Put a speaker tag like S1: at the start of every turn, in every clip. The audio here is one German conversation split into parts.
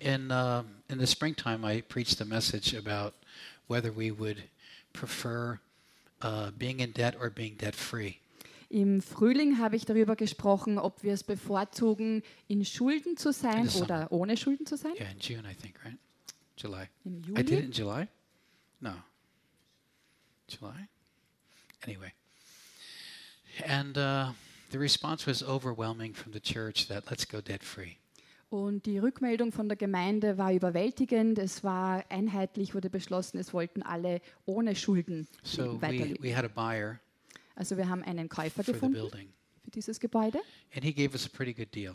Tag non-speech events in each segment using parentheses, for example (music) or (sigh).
S1: in uh, in the springtime, I preached a message about whether we would prefer uh, being in debt or being debt free.
S2: Im Frühling habe ich darüber gesprochen, ob wir es bevorzugen, in Schulden zu sein
S1: Alles
S2: oder ohne Schulden zu sein.
S1: Yeah, in June, I think, right? July.
S2: Im
S1: I did it
S2: Juli.
S1: in July? No. July? Anyway. And uh, the response was overwhelming from the church that let's go debt free.
S2: Und die Rückmeldung von der Gemeinde war überwältigend. Es war einheitlich, wurde beschlossen, es wollten alle ohne Schulden
S1: So we,
S2: weiterleben.
S1: we had a buyer
S2: Also wir haben einen
S1: for
S2: Käufer
S1: the
S2: gefunden
S1: building,
S2: für dieses Gebäude
S1: and he gave us a pretty good deal.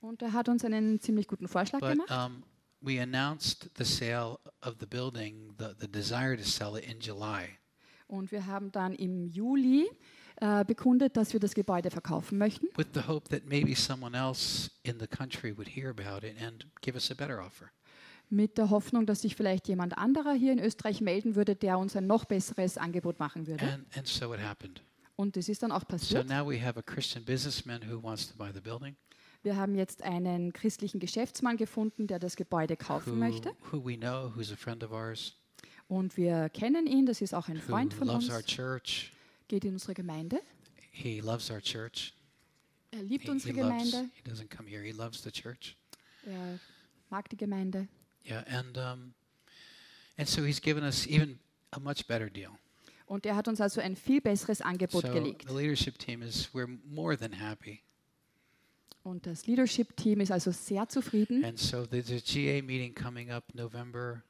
S2: und er hat uns einen ziemlich guten Vorschlag
S1: But
S2: gemacht.
S1: um, we announced the sale of the building, the, the desire to sell it in July. uh
S2: Und wir haben dann im Juli äh, bekundet, dass wir das Gebäude verkaufen möchten.
S1: with the hope that maybe someone else in the country would hear about it and give us a better offer.
S2: mit der Hoffnung, dass sich vielleicht jemand anderer hier in Österreich melden würde, der uns ein noch besseres Angebot machen würde.
S1: And, and so it happened.
S2: Und das ist dann auch
S1: So
S2: passiert.
S1: now we have a Christian businessman who wants to buy the building,
S2: Wir haben jetzt einen christlichen Geschäftsmann gefunden, der das Gebäude kaufen
S1: who,
S2: möchte.
S1: who we know, who's a friend of ours,
S2: Und wir kennen ihn, das ist auch ein
S1: who
S2: Freund von
S1: loves
S2: uns,
S1: our church.
S2: geht in unsere Gemeinde.
S1: He loves our church.
S2: Er
S1: He,
S2: liebt
S1: he
S2: unsere
S1: loves,
S2: Gemeinde,
S1: he doesn't come here. He loves the church.
S2: er mag die Gemeinde.
S1: Yeah, and um, and so he's given us even a much better deal.
S2: Und er hat uns also ein viel besseres
S1: So
S2: Angebot gelegt.
S1: the leadership team is we're more than happy.
S2: Und das Leadership-Team ist also sehr zufrieden.
S1: And so there's a GA meeting coming up November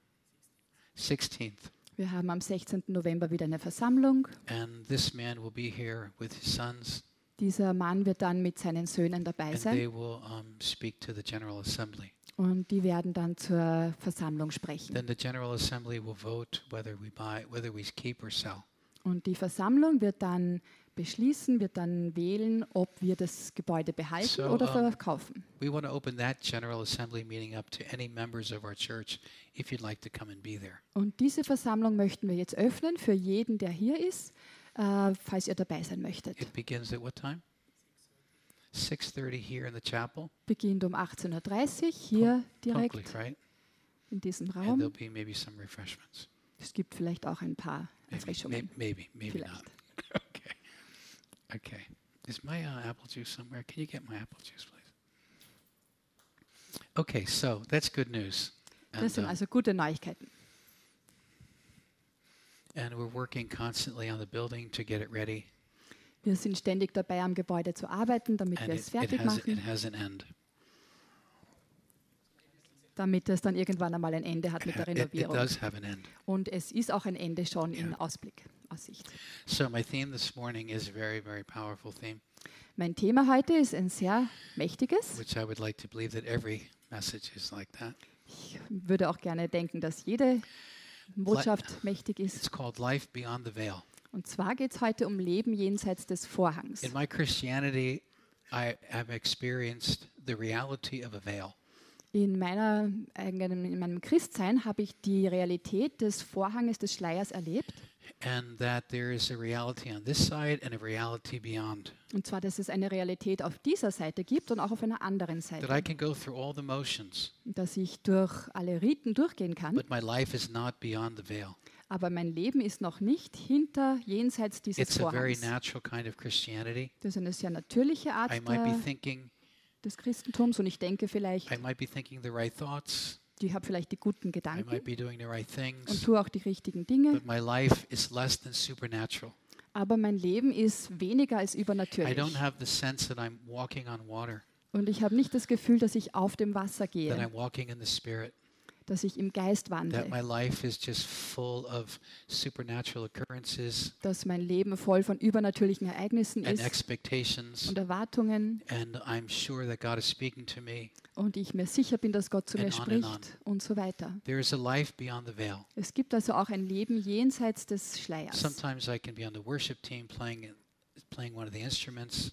S1: 16th.
S2: Wir haben am 16. November wieder eine Versammlung.
S1: And this man will be here with his sons,
S2: Dieser Mann wird dann mit seinen Söhnen dabei
S1: and
S2: sein.
S1: they will um, speak to the General Assembly.
S2: Und die werden dann zur Versammlung sprechen.
S1: Then the General Assembly will vote whether we buy, whether we keep or sell.
S2: Und die Versammlung wird dann beschließen, wird dann wählen, ob wir das Gebäude behalten
S1: So,
S2: oder
S1: ähm,
S2: verkaufen.
S1: We want to open that General Assembly meeting up to any members of our church if you'd like to come and be there.
S2: Und diese Versammlung möchten wir jetzt öffnen für jeden, der hier ist, äh, falls ihr dabei sein möchtet.
S1: It begins at what time? 6:30 here in the chapel.
S2: Beginnt um 18.30 Uhr hier
S1: Probably,
S2: direkt
S1: right?
S2: in diesem
S1: And uh, there'll
S2: Raum.
S1: be maybe some refreshments.
S2: Es gibt vielleicht auch ein paar
S1: Maybe,
S2: Erfrischungen.
S1: maybe, maybe, maybe not.
S2: Vielleicht.
S1: (laughs) okay. Okay. Is my uh, apple juice somewhere? Can you get my apple juice, please? Okay, so that's good news.
S2: Das
S1: And,
S2: sind
S1: um,
S2: also gute Neuigkeiten.
S1: and we're working constantly on the building to get it ready.
S2: Wir sind ständig dabei, am Gebäude zu arbeiten, damit
S1: And
S2: wir es
S1: it, it,
S2: fertig
S1: has, it
S2: machen,
S1: has an end.
S2: damit es dann irgendwann einmal ein Ende hat mit
S1: (laughs) It,
S2: der
S1: it- it
S2: Renovierung.
S1: does have an end.
S2: Und es ist auch ein Ende schon in Ausblick, Aussicht.
S1: So my theme this morning is a very, very powerful theme,
S2: Mein Thema heute ist ein sehr mächtiges.
S1: which I would like to believe that every message is like that.
S2: Ich würde auch gerne denken, dass jede Botschaft mächtig ist.
S1: It's called Life Beyond the Veil.
S2: Und zwar geht es heute um Leben jenseits des Vorhangs.
S1: In my Christianity, I have experienced the reality of a veil.
S2: In, meiner, eigenen- in meinem Christsein habe ich die Realität des Vorhanges, des Schleiers erlebt.
S1: and that there is a reality on this side and a reality beyond.
S2: Und zwar, dass es eine Realität auf dieser Seite gibt und auch auf einer anderen
S1: That I
S2: Seite.
S1: can go through all the motions,
S2: Dass ich durch alle Riten durchgehen kann,
S1: but my life is not beyond the veil.
S2: aber mein Leben ist noch nicht hinter jenseits dieses
S1: It's a very
S2: Vorhangs.
S1: natural kind of Christianity.
S2: Das ist eine sehr natürliche Art
S1: I might be
S2: der,
S1: thinking,
S2: des Christentums und ich denke vielleicht,
S1: I might be thinking the right thoughts.
S2: ich habe vielleicht die
S1: I
S2: guten
S1: might
S2: Gedanken
S1: be doing the right
S2: und
S1: things,
S2: tue auch die richtigen Dinge,
S1: but my life is less than supernatural.
S2: aber mein Leben ist weniger als
S1: I
S2: übernatürlich.
S1: don't have the sense that I'm walking on water,
S2: Und ich habe nicht das Gefühl, dass ich auf dem Wasser
S1: that
S2: gehe,
S1: I'm walking in the spirit,
S2: dass ich im Geist
S1: that
S2: wandle,
S1: my life is just full of supernatural occurrences
S2: dass mein Leben voll von übernatürlichen Ereignissen
S1: and
S2: ist
S1: expectations.
S2: und Erwartungen
S1: and I'm sure that God is speaking to me.
S2: und ich mir sicher bin, dass Gott zu mir
S1: And on and
S2: spricht und so weiter.
S1: There is a life beyond the veil.
S2: Es gibt also auch ein Leben jenseits des Schleiers.
S1: Sometimes I can be on the worship team playing playing one of the instruments.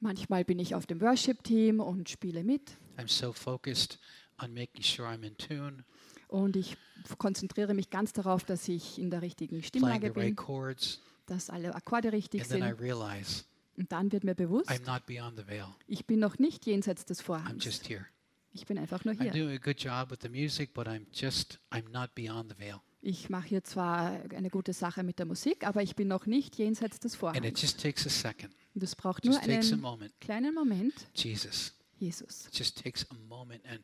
S2: Manchmal bin ich auf dem Worship-Team und spiele mit.
S1: I'm so focused on making sure I'm in tune,
S2: Und ich f- konzentriere mich ganz darauf, dass ich in der richtigen
S1: playing
S2: Stimmlage
S1: the right
S2: bin,
S1: chords,
S2: dass alle Akkorde richtig
S1: and then I
S2: sind.
S1: realize
S2: Und dann wird mir bewusst,
S1: I'm not beyond the veil.
S2: ich bin noch nicht jenseits des
S1: I'm
S2: Vorhangs.
S1: just here.
S2: Ich bin einfach nur
S1: I'm
S2: hier.
S1: doing a good job with the music, but I'm just, I'm not beyond the veil.
S2: Ich mache hier zwar eine gute Sache mit der Musik, aber ich bin noch nicht jenseits
S1: And
S2: des
S1: it
S2: Vorhangs.
S1: just takes a second,
S2: Und es braucht nur
S1: just takes a
S2: einen
S1: moment.
S2: kleinen Moment,
S1: Jesus,
S2: Jesus.
S1: it just takes a moment, and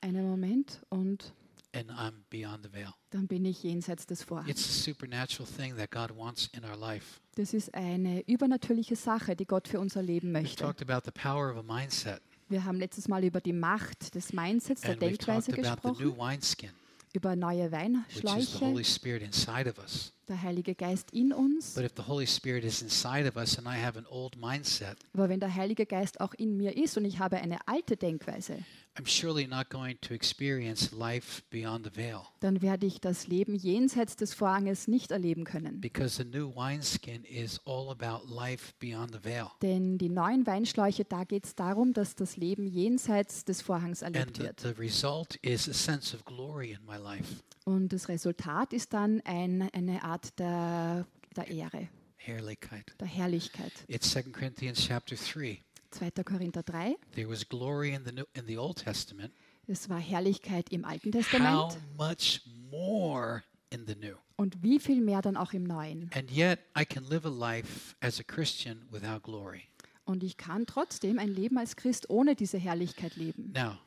S2: Einen Moment und
S1: and I'm beyond the veil.
S2: dann bin ich jenseits des Vorhangs.
S1: It's a supernatural thing that God wants in our life.
S2: Das ist eine übernatürliche Sache, die Gott für unser Leben
S1: We've
S2: möchte.
S1: talked about the power of a mindset,
S2: Wir haben letztes Mal über die Macht des Mindsets, der
S1: and we've talked
S2: Denkweise
S1: about the new
S2: gesprochen,
S1: wineskin,
S2: über
S1: which is
S2: neue
S1: the Holy
S2: Weinschläuche,
S1: Spirit inside of us.
S2: der Heilige Geist in uns.
S1: But if the Holy Spirit is inside of us and I have an old mindset,
S2: Aber wenn der Heilige Geist auch in mir ist und ich habe eine alte Denkweise,
S1: I'm surely not going to experience life beyond the veil
S2: dann werde ich das Leben jenseits des Vorhanges nicht erleben können.
S1: because the new wineskin is all about life beyond the veil.
S2: Denn die neuen Weinschläuche, da geht es darum, dass das Leben jenseits des Vorhangs
S1: And
S2: erlebt
S1: the,
S2: wird.
S1: the result is a sense of glory in my life.
S2: Und das Resultat ist dann ein, eine Art der, der Ehre,
S1: Herrlichkeit.
S2: der Herrlichkeit.
S1: It's 2 Corinthians chapter 3.
S2: 2. Korinther 3,
S1: There was glory in the New, in the Old Testament.
S2: es war Herrlichkeit im Alten Testament
S1: How much more in the New?
S2: und wie viel mehr dann auch im Neuen.
S1: And yet, I can live a life as a Christian without glory.
S2: Und ich kann trotzdem ein Leben als Christ ohne diese Herrlichkeit leben.
S1: Now,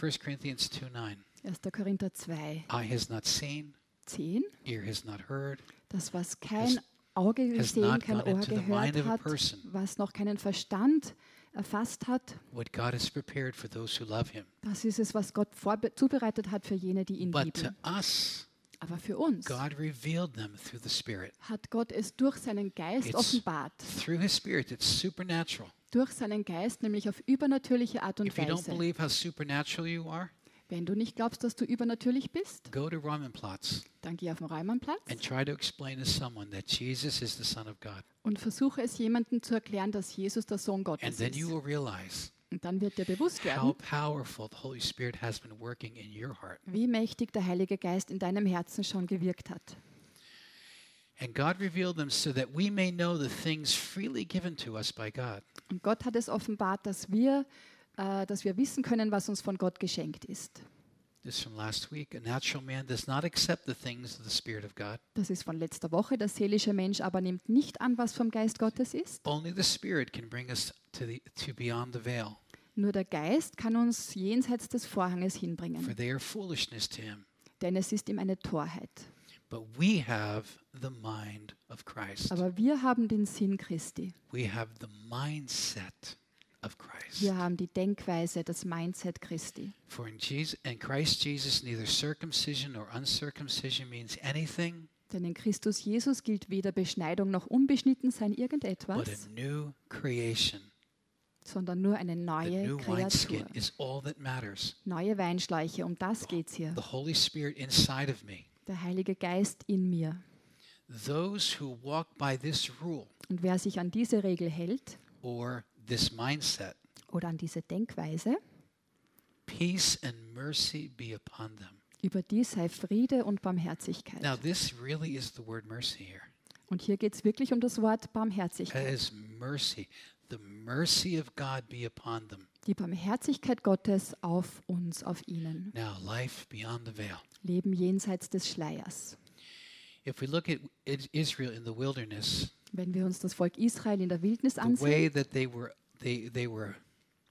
S1: 1 Corinthians 2 9.
S2: 1. Korinther 2,
S1: Eye has not seen,
S2: 10,
S1: ear has not heard,
S2: das, was kein Auge
S1: has
S2: gesehen,
S1: not
S2: kein
S1: gone
S2: Ohr
S1: into the mind
S2: gehört
S1: of a
S2: hat,
S1: person.
S2: was noch keinen Verstand erfasst hat,
S1: what God has prepared for those who love Him.
S2: das ist es, was Gott vorbe- zubereitet hat für jene, die ihn
S1: But to
S2: lieben.
S1: us,
S2: Aber für uns
S1: God revealed them through the Spirit.
S2: hat Gott es durch seinen Geist
S1: It's-
S2: offenbart.
S1: Through His Spirit, it's supernatural.
S2: Durch seinen Geist, nämlich auf übernatürliche Art und
S1: If you don't
S2: Weise.
S1: believe how supernatural you are,
S2: Wenn du nicht glaubst, dass du übernatürlich bist,
S1: go to Ramenplatz
S2: dann geh auf den Reumannplatz
S1: and try to explain to someone that Jesus is the Son of God.
S2: und versuche es jemandem zu erklären, dass Jesus der Sohn
S1: And
S2: Gottes
S1: then you
S2: ist.
S1: will realize
S2: Und dann wird dir bewusst
S1: how
S2: werden,
S1: powerful the Holy Spirit has been working in your heart.
S2: wie mächtig der Heilige Geist in deinem Herzen schon gewirkt hat.
S1: And God revealed them so that we may know the things freely given to us by God.
S2: Und Gott hat es offenbart, dass wir, äh, dass wir wissen können, was uns von Gott geschenkt ist.
S1: This from last week. A natural man does not accept the things of the Spirit of God.
S2: Das ist von letzter Woche. Der seelische Mensch aber nimmt nicht an, was vom Geist Gottes ist.
S1: Only the Spirit can bring us to the to beyond the veil,
S2: Nur der Geist kann uns jenseits des Vorhanges
S1: for
S2: hinbringen,
S1: they are foolishness to him.
S2: denn es ist ihm eine Torheit.
S1: But we have the mind of Christ.
S2: Aber wir haben den Sinn Christi.
S1: We have the mindset of Christ.
S2: Wir haben die Denkweise, das Mindset Christi.
S1: For in Jesus in Christ Jesus neither circumcision nor uncircumcision means anything
S2: Denn in Christus Jesus gilt weder Beschneidung noch unbeschnitten sein
S1: but
S2: irgendetwas,
S1: a new creation.
S2: sondern nur eine
S1: The
S2: neue
S1: new
S2: Kreatur.
S1: wineskin is all that matters.
S2: Neue Weinschläuche, um das geht's hier.
S1: The Holy Spirit inside of me.
S2: Der Heilige Geist in mir.
S1: Those who walk by this rule
S2: Und wer sich an diese Regel hält
S1: or this mindset,
S2: oder an diese Denkweise,
S1: peace and mercy be upon them.
S2: über die sei Friede und Barmherzigkeit.
S1: Now, this really is the word mercy here.
S2: Und hier geht es wirklich um das Wort
S1: That
S2: Barmherzigkeit.
S1: is mercy. The mercy of God be upon them.
S2: Die Barmherzigkeit Gottes auf uns, auf ihnen.
S1: Now, life beyond the veil.
S2: Leben jenseits des Schleiers.
S1: If we look at I- Israel in the wilderness,
S2: Wenn wir uns das Volk Israel in der Wildnis
S1: the way
S2: ansehen,
S1: that they were they, they were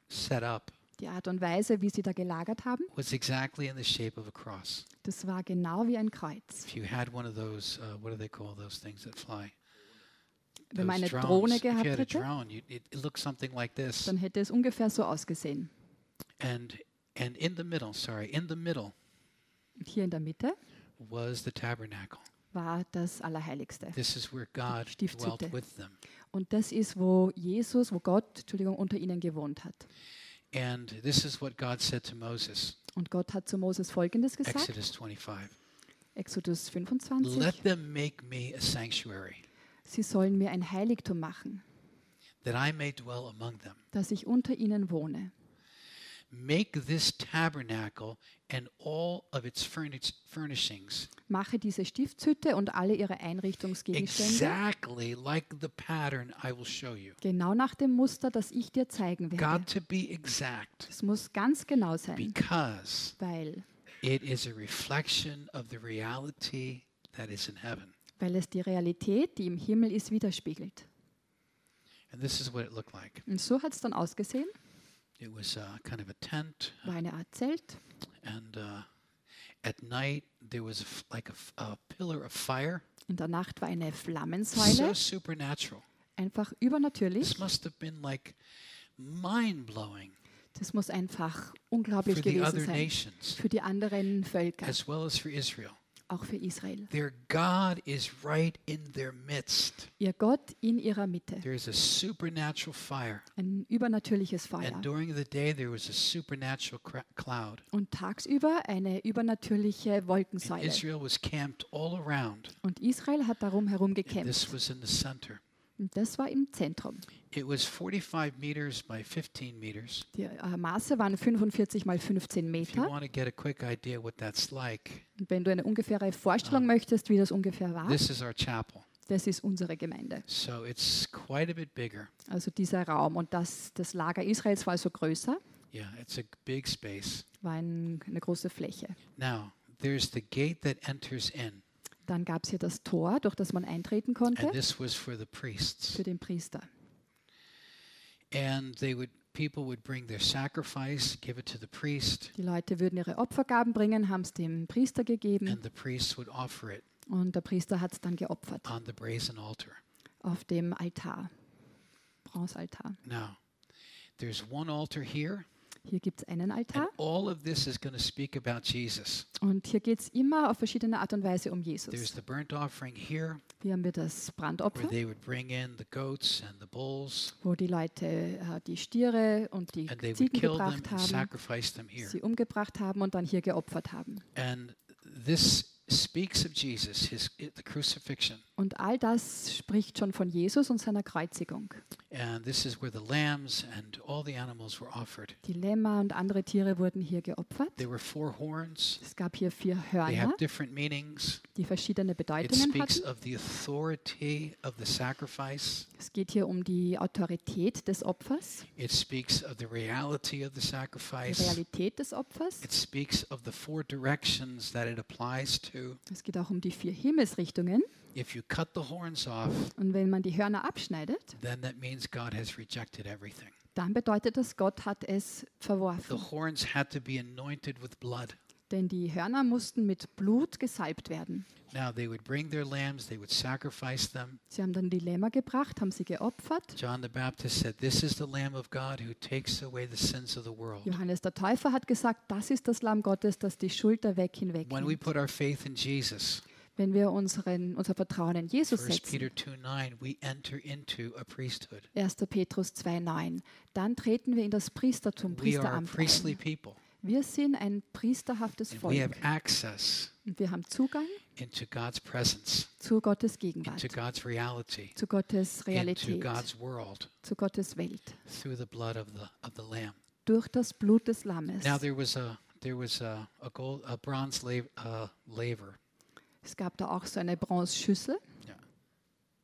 S1: set up
S2: die Art und Weise, wie sie da gelagert haben,
S1: was exactly in the shape of a cross.
S2: das war genau wie ein Kreuz.
S1: If you had one of those, uh, what do they call those things that fly?
S2: Wenn man eine
S1: Those
S2: Drohne
S1: If you
S2: gehabt
S1: had a
S2: hätte,
S1: drone, you, it, it looked something like this.
S2: dann hätte es ungefähr so ausgesehen.
S1: And and in the middle, sorry, in the middle
S2: Und hier in der Mitte
S1: was the tabernacle.
S2: war das Allerheiligste.
S1: This is where God dwelt
S2: Stiftshütte.
S1: with them.
S2: Und das ist, wo Jesus, wo Gott, Entschuldigung, unter ihnen gewohnt hat.
S1: And this is what God said to Moses,
S2: Und Gott hat zu Moses Folgendes gesagt,
S1: Exodus 25.
S2: Exodus
S1: Let
S2: 25,
S1: them make me a sanctuary,
S2: sie sollen mir ein Heiligtum machen,
S1: that I may dwell among them.
S2: dass ich unter ihnen wohne.
S1: Make this tabernacle and all of its furnish- furnishings
S2: Mache diese Stiftshütte und alle ihre Einrichtungsgegenstände
S1: exactly like the pattern I will show you.
S2: genau nach dem Muster, das ich dir zeigen werde.
S1: Got to be exact
S2: Es muss ganz genau sein,
S1: because
S2: weil,
S1: it is a reflection of the reality that is in heaven.
S2: weil es die Realität, die im Himmel ist, widerspiegelt.
S1: And this is what it looked like.
S2: Und so hat es dann ausgesehen.
S1: It was uh, kind of a tent,
S2: War eine Art Zelt.
S1: and uh, at night there was a f- like a, f- a pillar of fire.
S2: In der Nacht war eine Flammensäule.
S1: So supernatural.
S2: Einfach übernatürlich.
S1: This must have been like mind blowing
S2: Das muss einfach
S1: for
S2: unglaublich
S1: the
S2: gewesen
S1: other
S2: sein.
S1: nations
S2: Für die anderen Völker,
S1: as well as for Israel.
S2: auch für Israel.
S1: Their God is right in their midst.
S2: Ihr Gott in ihrer Mitte.
S1: There is a supernatural fire.
S2: Ein übernatürliches
S1: And
S2: Feuer.
S1: during the day, there was a supernatural cra- cloud.
S2: Und tagsüber eine übernatürliche
S1: And
S2: Wolkensäule.
S1: Israel was camped all around.
S2: Und Israel hat darum herum
S1: And
S2: gekämpft.
S1: this was in the center.
S2: Und das war im Zentrum.
S1: It was 45 meters by 15 meters.
S2: Die äh, Maße waren 45 mal 15
S1: If you
S2: Meter.
S1: want to get a quick idea what that's like,
S2: Und wenn du eine ungefähre Vorstellung möchtest, wie Ah. das ungefähr war,
S1: this is our chapel.
S2: das ist unsere Gemeinde.
S1: So it's quite a bit bigger.
S2: Also dieser Raum. Und das, das Lager Israels war also größer,
S1: Yeah, it's a big space.
S2: war ein, eine große Fläche.
S1: Now, there's the gate that enters in,
S2: Dann gab es hier das Tor, durch das man eintreten konnte,
S1: and this was for the priests.
S2: für den Priester.
S1: And they would people would bring their sacrifice, give it to the priest,
S2: Die Leute würden ihre Opfergaben bringen, haben es dem Priester gegeben
S1: and the priest would offer it
S2: und der Priester hat es dann geopfert
S1: on the brazen altar.
S2: auf dem Altar, Bronzealtar.
S1: Now, there's one altar here,
S2: Hier gibt es einen
S1: and
S2: Altar
S1: all of this is going to speak about Jesus.
S2: und hier geht es immer auf verschiedene Art und Weise um
S1: There's
S2: Jesus.
S1: the burnt offering here,
S2: Hier haben wir das
S1: where
S2: Brandopfer,
S1: they would bring in the goats and the bulls,
S2: wo die Leute äh, die Stiere und die
S1: and they would
S2: Ziegen
S1: kill them
S2: gebracht
S1: and
S2: haben,
S1: sacrifice them here.
S2: sie umgebracht haben und dann hier geopfert haben.
S1: And this speaks of Jesus, his the crucifixion.
S2: Und all das spricht schon von Jesus und seiner Kreuzigung.
S1: And this is where the lambs and all the animals were offered.
S2: Die Lämmer und andere Tiere wurden hier geopfert.
S1: There were four horns.
S2: Es gab hier vier
S1: They
S2: Hörner,
S1: have different meanings.
S2: die verschiedene
S1: It
S2: Bedeutungen
S1: speaks
S2: hatten.
S1: of the authority of the sacrifice.
S2: Es geht hier um die Autorität des Opfers,
S1: It speaks of the reality of the
S2: die
S1: sacrifice.
S2: Realität des Opfers.
S1: It speaks of the four directions that it applies to.
S2: Es geht auch um die vier Himmelsrichtungen.
S1: If you cut the horns off,
S2: Und wenn man die Hörner abschneidet,
S1: then that means God has rejected everything.
S2: dann bedeutet das, Gott hat es
S1: The
S2: verworfen.
S1: horns had to be anointed with blood.
S2: Denn die Hörner mussten mit Blut gesalbt werden.
S1: Now they would bring their lambs, they would sacrifice them.
S2: Sie haben dann die Lämmer gebracht, haben sie geopfert.
S1: John the Baptist said, This is the Lamb of God who takes away the sins of the world.
S2: Johannes der Täufer hat gesagt, das ist das Lamm Gottes, das die Schuld der Weg hinweg
S1: When we put our faith in Jesus,
S2: Wenn wir unseren, unser Vertrauen in Jesus
S1: 1
S2: setzen,
S1: Peter 2 9, we enter into a priesthood.
S2: 1. Petrus 2,9, dann treten wir in das Priestertum,
S1: We are a
S2: Priesteramt
S1: priestly
S2: ein.
S1: people.
S2: Wir sind ein priesterhaftes
S1: And we have
S2: Volk
S1: access
S2: und wir haben Zugang
S1: into God's presence,
S2: zu Gottes
S1: into
S2: Gegenwart,
S1: God's reality,
S2: zu Gottes
S1: into
S2: Realität,
S1: God's world
S2: zu Gottes Welt,
S1: through the blood of the of the Lamb.
S2: durch das Blut des Lammes.
S1: Now there was a there was a, a gold a bronze la- uh, laver
S2: Es gab da auch so eine Bronzeschüssel.
S1: Yeah.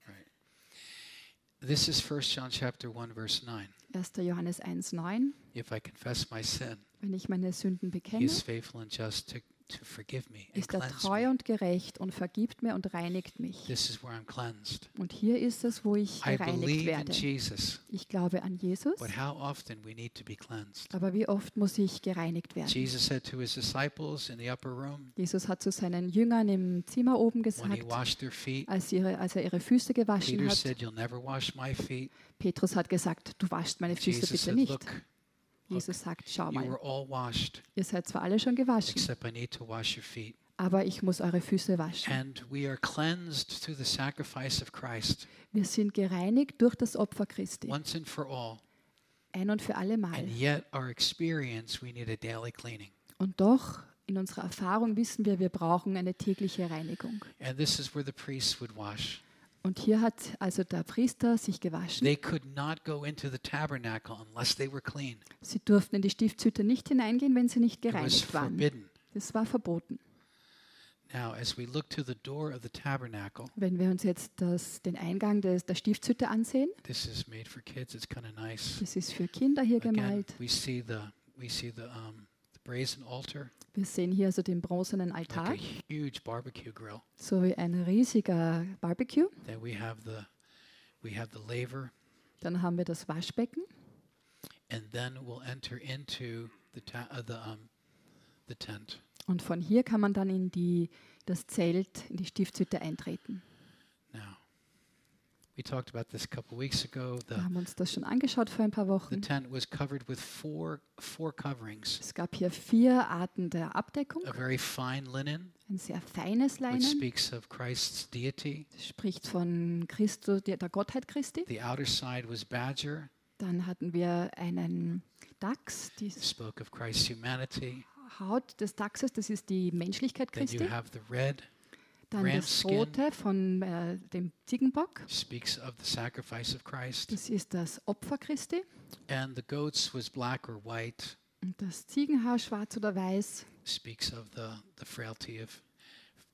S1: Right. This is 1 John chapter 1 verse 9.
S2: 1. Johannes 1,9,
S1: If I confess my sin,
S2: wenn ich meine Sünden
S1: he
S2: bekenne,
S1: is faithful and just to, to forgive me and
S2: ist er
S1: cleanse
S2: treu
S1: me.
S2: und gerecht und vergibt mir und reinigt mich.
S1: This is where I'm cleansed.
S2: Und hier ist es, wo ich
S1: I
S2: gereinigt
S1: believe in
S2: werde.
S1: Jesus,
S2: Ich glaube an Jesus,
S1: but how often we need to be cleansed.
S2: aber wie oft muss ich gereinigt werden?
S1: Jesus said to his disciples in the upper room
S2: Jesus hat zu seinen Jüngern im Zimmer oben
S1: when he
S2: gesagt,
S1: washed their feet,
S2: als, ihre, als er ihre Füße gewaschen
S1: Peter
S2: hat,
S1: said, You'll never wash my feet.
S2: Petrus hat gesagt, du waschst meine Füße
S1: Jesus
S2: bitte
S1: said,
S2: nicht.
S1: Look,
S2: Jesus sagt, schau
S1: you
S2: mal,
S1: were all washed,
S2: ihr seid zwar alle schon gewaschen,
S1: except I need to wash your feet.
S2: aber ich muss eure Füße waschen.
S1: And we are cleansed through the sacrifice of Christ
S2: Wir sind gereinigt durch das Opfer Christi,
S1: once and for all.
S2: ein und für alle Mal.
S1: And yet, our experience, we need a daily cleaning.
S2: Und doch, in unserer Erfahrung wissen wir, wir brauchen eine tägliche Reinigung.
S1: And this is where the priests would wash.
S2: Und hier hat also der Priester sich gewaschen.
S1: They could not go into the tabernacle unless they were clean.
S2: Sie durften in die Stiftshütte nicht hineingehen, wenn sie nicht
S1: It was
S2: gereinigt waren.
S1: forbidden.
S2: Das war verboten.
S1: Now, as we look to the door of the tabernacle,
S2: Wenn wir uns jetzt das, den Eingang des, der Stiftshütte ansehen,
S1: this is made for kids. It's kind of nice.
S2: das ist für Kinder hier
S1: Again,
S2: gemalt.
S1: we see the we see the um, the brazen altar,
S2: Wir sehen hier also den bronzenen Altar,
S1: like a huge barbecue grill.
S2: sowie ein riesiger Barbecue.
S1: Then we have the we have the laver,
S2: Dann haben wir das Waschbecken
S1: and then we'll enter into the ta- uh, the um, the tent.
S2: und von hier kann man dann in die, das Zelt, in die Stiftshütte eintreten.
S1: Now, we talked about this a couple weeks ago. The
S2: Wir haben uns das schon angeschaut vor ein paar
S1: The
S2: Wochen.
S1: tent was covered with four four coverings:
S2: Es gab hier vier Arten der Abdeckung.
S1: a very fine linen,
S2: Ein sehr feines
S1: which
S2: Leinen,
S1: speaks of Christ's deity.
S2: das spricht von Christus, der der Gottheit Christi.
S1: The outer side was badger,
S2: Dann hatten wir einen Dachs, die
S1: spoke of Christ's humanity.
S2: Haut des Dachses, das ist die Menschlichkeit
S1: Then you
S2: Christi.
S1: have the red,
S2: Dann das
S1: Ramskin.
S2: Rote von äh, dem Ziegenbock,
S1: speaks of the sacrifice of Christ,
S2: das ist das Opfer Christi.
S1: and the goats was black or white,
S2: Und das Ziegenhaar, schwarz oder weiß.
S1: speaks of the the frailty of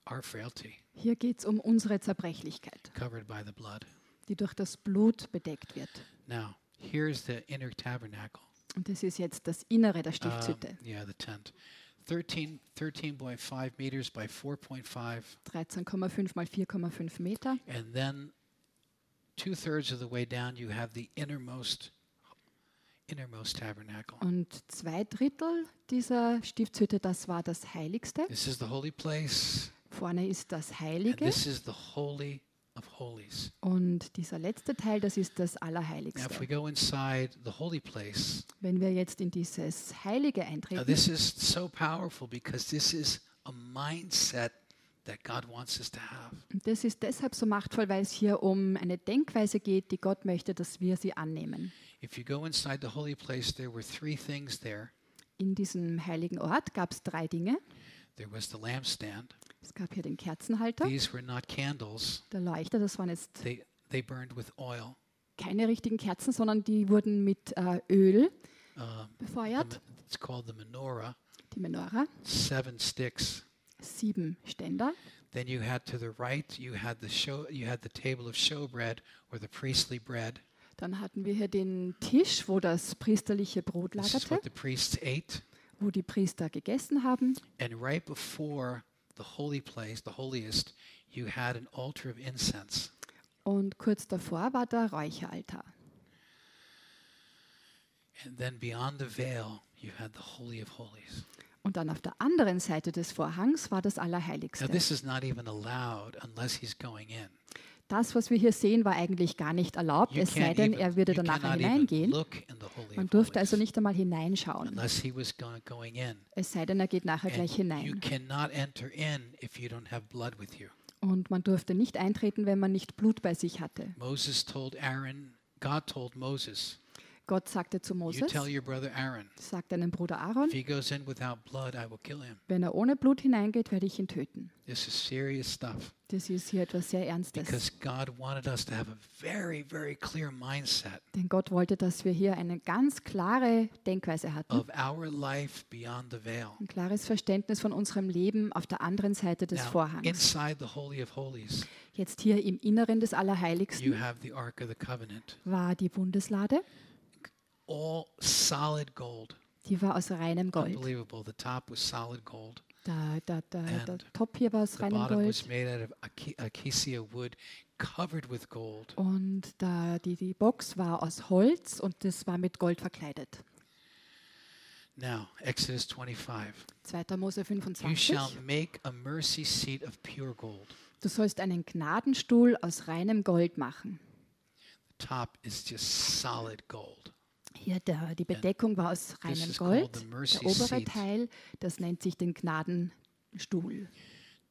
S1: our frailty,
S2: Hier geht es um unsere Zerbrechlichkeit,
S1: covered by the blood.
S2: die durch das Blut bedeckt wird.
S1: Now, here's the inner tabernacle.
S2: Und das ist jetzt das Innere der
S1: Um,
S2: Stiftshütte.
S1: yeah, the tent. 13, 13.5 meters by 4.5,
S2: 13,5 mal 4,5 Meter.
S1: and then two thirds of the way down, you have the innermost innermost tabernacle.
S2: Und zwei Drittel dieser Stiftshütte, das war das Heiligste.
S1: This is the holy place,
S2: Vorne ist das
S1: and
S2: Heilige.
S1: this is the holy of holies.
S2: Und dieser letzte Teil, das ist das
S1: Now, if we
S2: Allerheiligste.
S1: go inside the holy place,
S2: Wenn wir jetzt in dieses Heilige
S1: now
S2: eintreten,
S1: this is so powerful because this is a mindset that God wants us to have.
S2: und das ist deshalb so machtvoll, weil es hier um eine Denkweise geht, die Gott möchte, dass wir sie annehmen.
S1: If you go inside the holy place, there were three things there.
S2: In diesem heiligen Ort gab es drei Dinge.
S1: There was the lampstand.
S2: Es gab hier den Kerzenhalter,
S1: These were not candles.
S2: der Leuchter, das waren jetzt
S1: They they burned with oil.
S2: keine richtigen Kerzen, sondern die wurden mit äh, Öl
S1: Um, the
S2: befeuert.
S1: men- it's called the menorah.
S2: Die Menora,
S1: Seven sticks.
S2: sieben Ständer.
S1: Then you had to the right. You had the show. You had the table of showbread or the priestly bread.
S2: Dann hatten wir hier den Tisch, wo das priesterliche Brot
S1: This is
S2: lagerte,
S1: what the priests ate.
S2: wo die Priester gegessen haben.
S1: And right before the holy place, the holiest, you had an altar of incense.
S2: Und kurz davor war der Räucheraltar.
S1: And then beyond the veil, you had the holy of holies.
S2: Und dann auf der anderen Seite des Vorhangs war das
S1: Now
S2: Allerheiligste.
S1: this is not even allowed unless he's going in.
S2: Das, was wir hier sehen, war eigentlich gar nicht erlaubt,
S1: You
S2: es sei
S1: can't
S2: denn,
S1: even,
S2: er würde
S1: you
S2: danach
S1: cannot even
S2: hineingehen.
S1: look in the holy
S2: Man
S1: of
S2: durfte also
S1: holies.
S2: nicht einmal
S1: (laughs)
S2: hineinschauen,
S1: unless he was go- going in.
S2: es sei denn, er geht nachher
S1: And
S2: gleich
S1: you
S2: hinein.
S1: cannot enter in if you don't have blood with you.
S2: Und man durfte nicht eintreten, wenn man nicht Blut bei sich hatte.
S1: Moses told Aaron, God told Moses,
S2: Gott sagte zu
S1: you
S2: Moses,
S1: tell your brother Aaron,
S2: sagt deinem Bruder
S1: if
S2: Aaron,
S1: he goes in without blood, I will kill him.
S2: wenn er ohne Blut hineingeht, werde ich ihn töten.
S1: This is serious stuff
S2: Das ist hier etwas sehr Ernstes.
S1: because God wanted us to have a very, very clear mindset
S2: Denn Gott wollte, dass wir hier eine ganz klare Denkweise hatten,
S1: of our life beyond the veil.
S2: ein klares Verständnis von unserem Leben auf der anderen Seite des
S1: Now,
S2: Vorhangs.
S1: inside the Holy of Holies,
S2: Jetzt hier im Inneren des
S1: you
S2: Allerheiligsten
S1: have the Ark of the Covenant,
S2: war die Bundeslade,
S1: all solid gold.
S2: die war aus reinem Gold.
S1: Unbelievable. The top was solid gold.
S2: Da, da, da, der
S1: And
S2: Top hier war aus
S1: The
S2: reinem
S1: bottom was
S2: Gold
S1: made out of aca- acacia wood covered with gold.
S2: und da, die, die Box war aus Holz und das war mit Gold verkleidet.
S1: Now, Exodus 25.
S2: 2. Mose
S1: You shall
S2: 25.
S1: make a mercy seat of pure gold.
S2: Du sollst einen Gnadenstuhl aus reinem Gold machen.
S1: The top is just solid gold.
S2: Hier der, die Bedeckung war aus reinem
S1: is called
S2: Gold.
S1: the mercy
S2: Der obere
S1: seat.
S2: Teil, das nennt sich den Gnadenstuhl.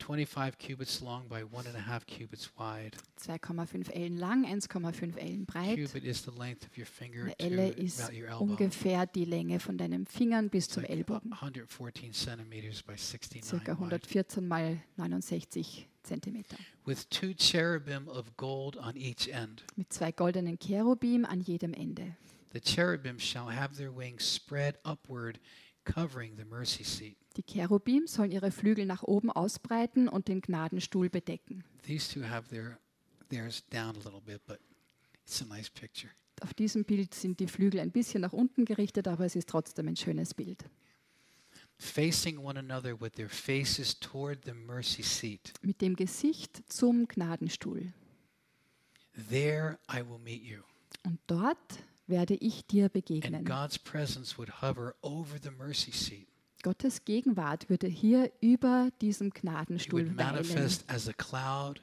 S1: 25 cubits long by one and a half cubits wide.
S2: 2,5 Ellen lang, 1,5 Ellen breit.
S1: Cubit is the length of your finger
S2: Eine Elle
S1: to
S2: ist
S1: about your elbow.
S2: ungefähr die Länge von deinen Fingern bis
S1: It's
S2: zum
S1: like
S2: Ellbogen.
S1: 114 centimeters by 69
S2: Circa
S1: wide.
S2: 114 mal 69 Zentimeter.
S1: With two cherubim of gold on each end.
S2: Mit zwei goldenen Cherubim an jedem Ende.
S1: The cherubim shall have their wings spread upward, covering the mercy seat.
S2: Die Cherubim sollen ihre Flügel nach oben ausbreiten und den Gnadenstuhl bedecken.
S1: These two have their theirs down a little bit, but it's a nice picture.
S2: Auf diesem Bild sind die Flügel ein bisschen nach unten gerichtet, aber es ist trotzdem ein schönes Bild.
S1: Facing one another with their faces toward the mercy seat.
S2: Mit dem Gesicht zum Gnadenstuhl.
S1: There I will meet you.
S2: Und dort werde ich dir
S1: And
S2: begegnen.
S1: God's presence would hover over the mercy seat.
S2: Gottes Gegenwart würde hier über diesem
S1: It
S2: Gnadenstuhl
S1: would
S2: weilen,
S1: manifest as a cloud.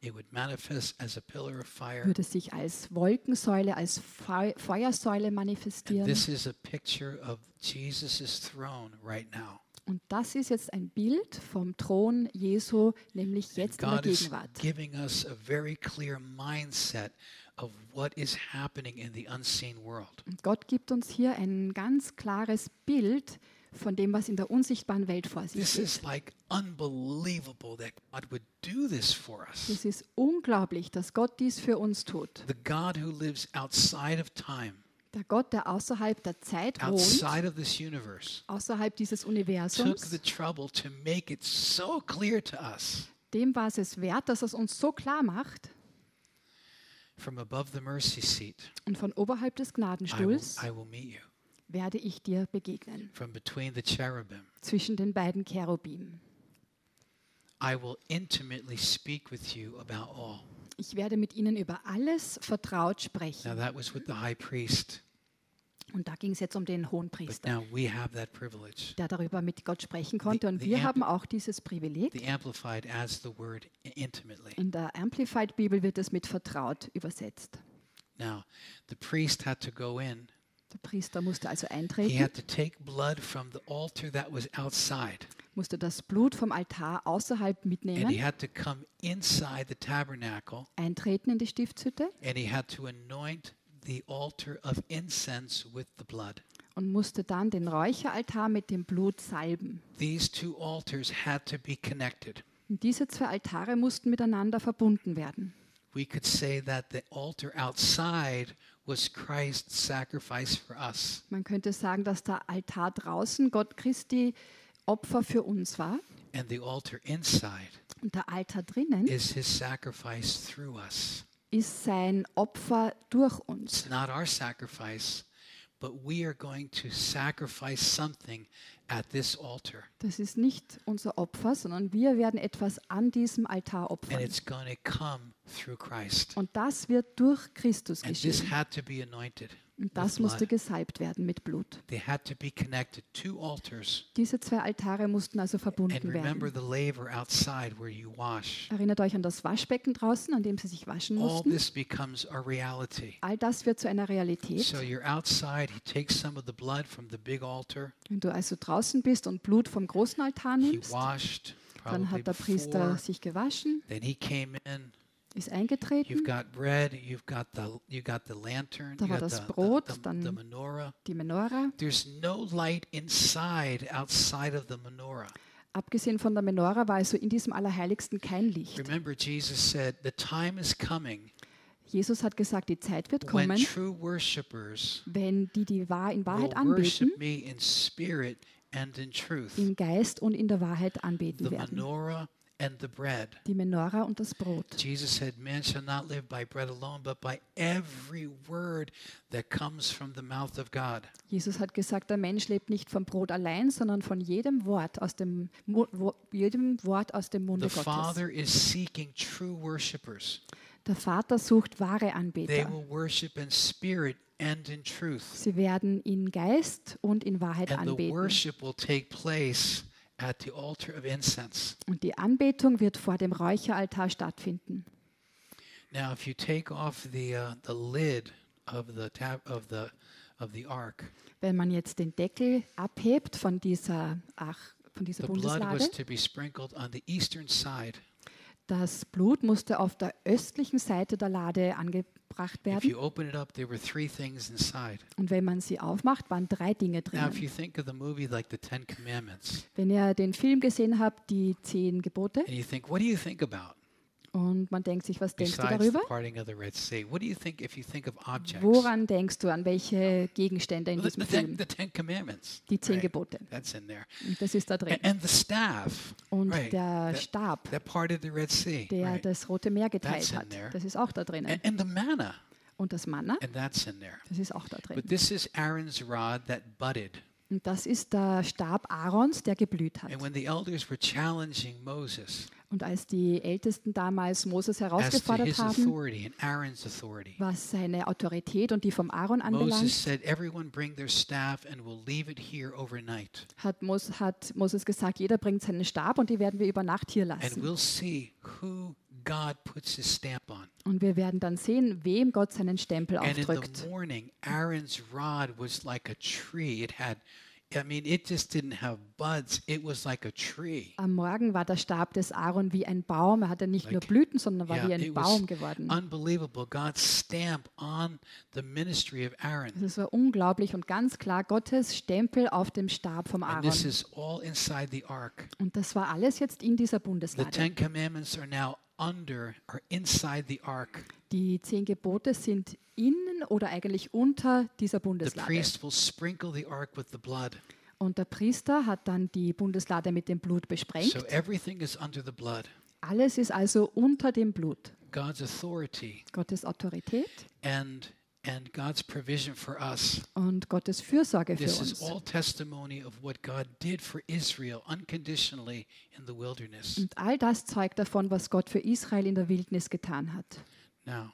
S1: It would manifest as a pillar of fire.
S2: würde sich als Wolkensäule, als Feu Feuersäule
S1: And
S2: manifestieren.
S1: this is a picture of Jesus' throne right now.
S2: Und das ist jetzt ein Bild vom Thron Jesu, nämlich
S1: And
S2: jetzt in der
S1: God is
S2: Gegenwart.
S1: giving us a very clear mindset of what is happening in the unseen world.
S2: Und Gott gibt uns hier ein ganz klares Bild von dem, was in der unsichtbaren Welt vor sich
S1: This
S2: geht.
S1: is like unbelievable that God would do this for us.
S2: Es ist unglaublich, dass Gott dies für uns tut.
S1: The God who lives outside of time,
S2: Der Gott, der außerhalb der Zeit wohnt,
S1: outside of this universe,
S2: außerhalb dieses
S1: took
S2: Universums,
S1: the trouble to make it so clear to us
S2: dem war es es wert, dass er es uns so klar macht.
S1: from above the mercy seat.
S2: Und von oberhalb des
S1: I will,
S2: Gnadenstuhls
S1: I will meet you.
S2: werde ich dir begegnen,
S1: From between the cherubim,
S2: zwischen den beiden Cherubim.
S1: I will intimately speak with you about all.
S2: Ich werde mit ihnen über alles vertraut
S1: Now
S2: sprechen.
S1: that was with the high priest.
S2: Und da ging es jetzt um den
S1: But
S2: Hohenpriester,
S1: now we have that privilege.
S2: der darüber mit Gott sprechen konnte. Und
S1: the
S2: wir
S1: ampli-
S2: haben auch dieses Privileg.
S1: The Amplified adds the word i- intimately.
S2: In der Amplified-Bibel wird es mit vertraut übersetzt.
S1: Now, the priest had to go in.
S2: Der Priester musste also
S1: He
S2: eintreten,
S1: had to take blood from the altar that was outside,
S2: musste das Blut vom Altar außerhalb
S1: and he
S2: mitnehmen,
S1: had to come inside the tabernacle,
S2: eintreten in die Stiftshütte
S1: and he had to anoint the altar of incense with the blood.
S2: und musste dann den Räucheraltar mit dem Blut salben.
S1: These two altars had to be connected.
S2: Und diese zwei Altare mussten miteinander verbunden werden.
S1: We could say that the altar outside was Christ's sacrifice for us,
S2: Man könnte sagen, dass der Altar draußen Gott Christi Opfer für uns war
S1: and the altar inside
S2: und der Altar drinnen
S1: is his sacrifice through us.
S2: ist sein Opfer durch uns.
S1: It's not our sacrifice, but we are going to sacrifice something at this altar.
S2: Das ist nicht unser Opfer, sondern wir werden etwas an diesem Altar
S1: And
S2: opfern.
S1: it's going to come through Christ.
S2: Und das wird durch Christus
S1: And this
S2: geschehen.
S1: had to be anointed.
S2: Und
S1: with
S2: das musste
S1: blood.
S2: gesalbt werden mit Blut.
S1: They had to be connected. Two altars.
S2: Diese zwei Altare mussten also
S1: And
S2: verbunden
S1: remember the
S2: werden.
S1: laver outside where you wash.
S2: Erinnert euch an das Waschbecken draußen, an dem sie sich waschen
S1: All
S2: mussten.
S1: this becomes our reality.
S2: All das wird zu einer Realität.
S1: So you're outside, he takes some of the blood from the big altar.
S2: Wenn du also draußen bist und Blut vom großen Altar
S1: He
S2: nimmst,
S1: washed
S2: dann
S1: probably
S2: hat der Priester
S1: before.
S2: sich gewaschen,
S1: Then he came in.
S2: ist
S1: You've
S2: eingetreten,
S1: got bread, you've got the you got the lantern,
S2: Da
S1: you
S2: war
S1: got
S2: das
S1: the,
S2: Brot,
S1: the, the,
S2: dann-
S1: the menorah.
S2: die Menora.
S1: There's no light inside outside of the menorah.
S2: Abgesehen von der Menora war also in diesem Allerheiligsten kein Licht.
S1: Remember Jesus said, "The time is coming
S2: Jesus hat gesagt, die Zeit wird
S1: when
S2: kommen,
S1: true worshipers
S2: wenn die die Wahr in
S1: will
S2: Wahrheit anbeten,
S1: worship me in spirit and in truth."
S2: im Geist und in der Wahrheit anbeten
S1: The
S2: werden.
S1: menorah and the bread.
S2: Die Menora und das Brot.
S1: Jesus said, "Man shall not live by bread alone, but by every word that comes from the mouth of God."
S2: Jesus hat gesagt, der Mensch lebt nicht vom Brot allein, sondern von jedem Wort aus dem, Mu- Wo- jedem Wort aus dem Munde
S1: The
S2: Gottes.
S1: Father is seeking true worshipers.
S2: Der Vater sucht wahre
S1: They
S2: Anbeter.
S1: will worship in spirit and in truth.
S2: Sie werden in Geist und in Wahrheit
S1: And the
S2: anbeten.
S1: worship will take place at the altar of incense.
S2: Und die Anbetung wird vor dem Räucheraltar stattfinden.
S1: Now, if you take off the uh, the lid of the tab of the of the ark,
S2: Wenn man jetzt den Deckel abhebt von dieser Ach, von dieser
S1: The blood was
S2: Bundeslade.
S1: to be sprinkled on the eastern side.
S2: Das Blut musste auf der östlichen Seite der Lade angebracht
S1: If
S2: werden.
S1: you open it up, there were three things inside.
S2: Und wenn man sie aufmacht, waren drei Dinge
S1: Now, if
S2: drin.
S1: you think of the movie like the Ten Commandments,
S2: Wenn ihr den Film gesehen habt, die zehn Gebote,
S1: and you think, what do you think about
S2: und man denkt sich, was denkst du
S1: besides the
S2: darüber?
S1: parting of the Red Sea? What do you think if you think of objects?
S2: Woran denkst du? An welche Gegenstände in
S1: Well, The,
S2: diesem
S1: the ten,
S2: Film?
S1: the Ten Commandments.
S2: Die zehn
S1: right?
S2: Gebote.
S1: That's in there.
S2: Und Das ist da
S1: A-
S2: drin.
S1: And, the staff.
S2: Und
S1: right,
S2: der
S1: that,
S2: Stab,
S1: that part of the Red Sea.
S2: der
S1: right,
S2: das Rote Meer
S1: That's
S2: geteilt
S1: in
S2: hat,
S1: there.
S2: das ist auch da
S1: a-
S2: drinnen.
S1: and the manna.
S2: Und das Manna,
S1: And that's in there.
S2: das ist auch da drin.
S1: But this is Aaron's rod that budded.
S2: Und das ist der Stab Aarons, der geblüht hat.
S1: And when the elders were challenging Moses
S2: Und als die Ältesten damals Moses
S1: as to
S2: herausgefordert
S1: his
S2: haben,
S1: authority and Aaron's authority,
S2: was seine Autorität und die vom Aaron
S1: Moses
S2: anbelangt,
S1: said, Everyone bring their staff and we'll leave it here overnight.
S2: hat, Mos hat Moses gesagt, jeder bringt seinen Stab und die werden wir über Nacht hier
S1: And
S2: lassen.
S1: we'll see who God puts his stamp on.
S2: Und wir werden dann sehen, wem Gott seinen Stempel
S1: And in the
S2: aufdrückt.
S1: morning, Aaron's rod was like a tree. It had, I mean, it just didn't have buds, it was like a tree.
S2: Am Morgen war der Stab des Aaron wie ein Baum. Er hatte nicht nur
S1: Like-
S2: Blüten, sondern war
S1: Yeah,
S2: wie ein
S1: it was
S2: Baum geworden.
S1: unbelievable. God's stamp on the ministry of Aaron.
S2: Also es war unglaublich und ganz klar Gottes Stempel auf dem Stab vom
S1: And this
S2: Aaron.
S1: is all inside the ark.
S2: Und das war alles jetzt in dieser
S1: The
S2: Bundeslade.
S1: Ten Commandments are now under or inside the ark.
S2: Die zehn Gebote sind innen oder eigentlich unter dieser
S1: The
S2: Bundeslade.
S1: priest will sprinkle the ark with the blood.
S2: Und der Priester hat dann die Bundeslade mit dem Blut
S1: So
S2: besprengt.
S1: everything is under the blood.
S2: Alles ist also unter dem Blut.
S1: God's authority
S2: Gottes Autorität
S1: and and God's provision for us.
S2: und Gottes Fürsorge für
S1: This is
S2: uns.
S1: all testimony of what God did for Israel unconditionally in the wilderness.
S2: Und all das zeugt davon, was Gott für Israel in der Wildnis getan hat.
S1: Now,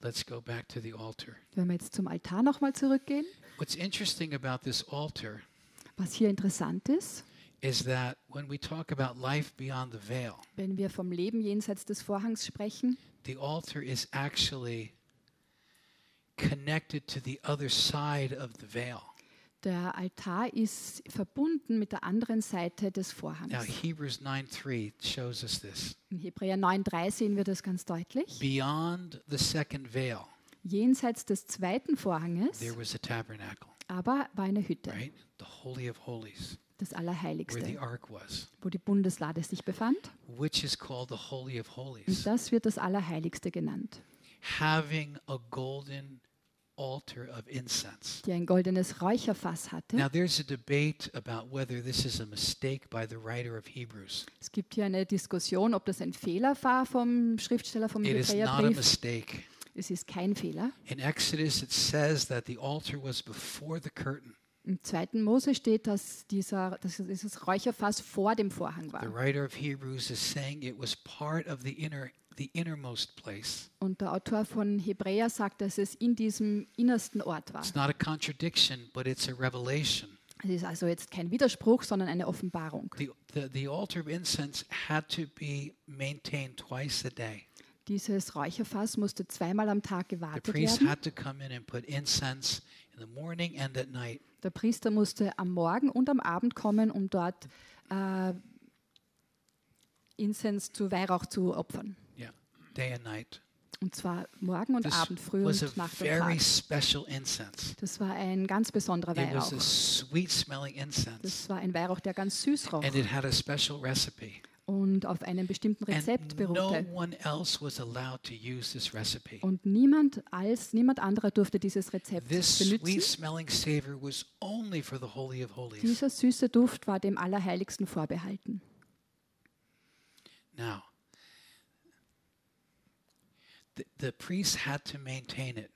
S1: let's go back to the altar.
S2: Wenn wir jetzt zum Altar nochmal zurückgehen,
S1: What's interesting about this altar
S2: was hier interessant ist,
S1: is that when we talk about life beyond the veil,
S2: wenn wir vom Leben jenseits des Vorhangs sprechen,
S1: the altar is actually connected to the other side of the veil.
S2: der Altar ist verbunden mit der anderen Seite des
S1: Now,
S2: Vorhangs.
S1: Hebrews 9:3 shows us this.
S2: In Hebräer 9,3 sehen wir das ganz deutlich.
S1: Beyond the second veil,
S2: Jenseits des zweiten Vorhanges
S1: there was a tabernacle,
S2: aber war eine Hütte,
S1: right? The holy of holies.
S2: das
S1: where the
S2: Allerheiligste,
S1: ark was,
S2: wo die Bundeslade sich befand.
S1: which is called the Holy of
S2: Und
S1: Holies,
S2: das wird das Allerheiligste genannt,
S1: having a golden altar of incense.
S2: die ein goldenes Räucherfass hatte.
S1: Now, there's a debate about whether this is a mistake by the writer of Hebrews.
S2: Es gibt hier eine Diskussion, ob das ein Fehler war vom Schriftsteller vom
S1: It is not a
S2: Hebräerbrief.
S1: mistake.
S2: Es ist kein Fehler.
S1: In Exodus, it says that the altar was before the curtain.
S2: Im zweiten Mose steht, dass, dieser, dass dieses Räucherfass vor dem Vorhang
S1: The
S2: war.
S1: writer of Hebrews is saying it was part of the inner, the innermost place.
S2: Und der Autor von Hebräer sagt, dass es in diesem innersten Ort war.
S1: It's not a contradiction, but it's a revelation.
S2: Es ist also jetzt kein Widerspruch, sondern eine Offenbarung.
S1: The, the, the altar of incense had to be maintained twice a day.
S2: Dieses Räucherfass musste zweimal am Tag
S1: The
S2: gewartet
S1: priest
S2: werden.
S1: had to come in and put incense in the morning and at night.
S2: Der Priester musste am Morgen und am Abend kommen, um dort äh, Inzens zu Weihrauch zu opfern.
S1: Yeah, day and night.
S2: Und zwar morgen und
S1: This
S2: Abend, früh
S1: was a
S2: und nach dem
S1: very
S2: Tag.
S1: special incense.
S2: Das war ein ganz besonderer
S1: It was
S2: Weihrauch.
S1: a sweet smelling incense,
S2: Das war ein Weihrauch, der ganz süß roch
S1: and it had a special recipe.
S2: und auf einem bestimmten
S1: And
S2: Rezept
S1: no
S2: beruhte.
S1: one else was allowed to use this recipe.
S2: Und niemand als niemand anderer durfte dieses Rezept
S1: This sweet
S2: benutzen.
S1: smelling savor was only for the Holy of Holies.
S2: Dieser süße Duft war dem Allerheiligsten vorbehalten.
S1: Now, the, the priest had to maintain it,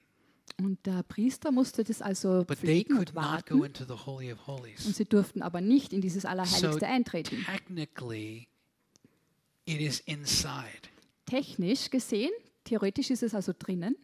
S2: Und der Priester musste das also
S1: but they
S2: pflegen
S1: could
S2: und
S1: not go
S2: warten.
S1: into the Holy of Holies.
S2: Und sie durften aber nicht in dieses
S1: So
S2: Allerheiligste eintreten.
S1: technically, it is inside,
S2: Technisch gesehen, theoretisch ist es also drinnen,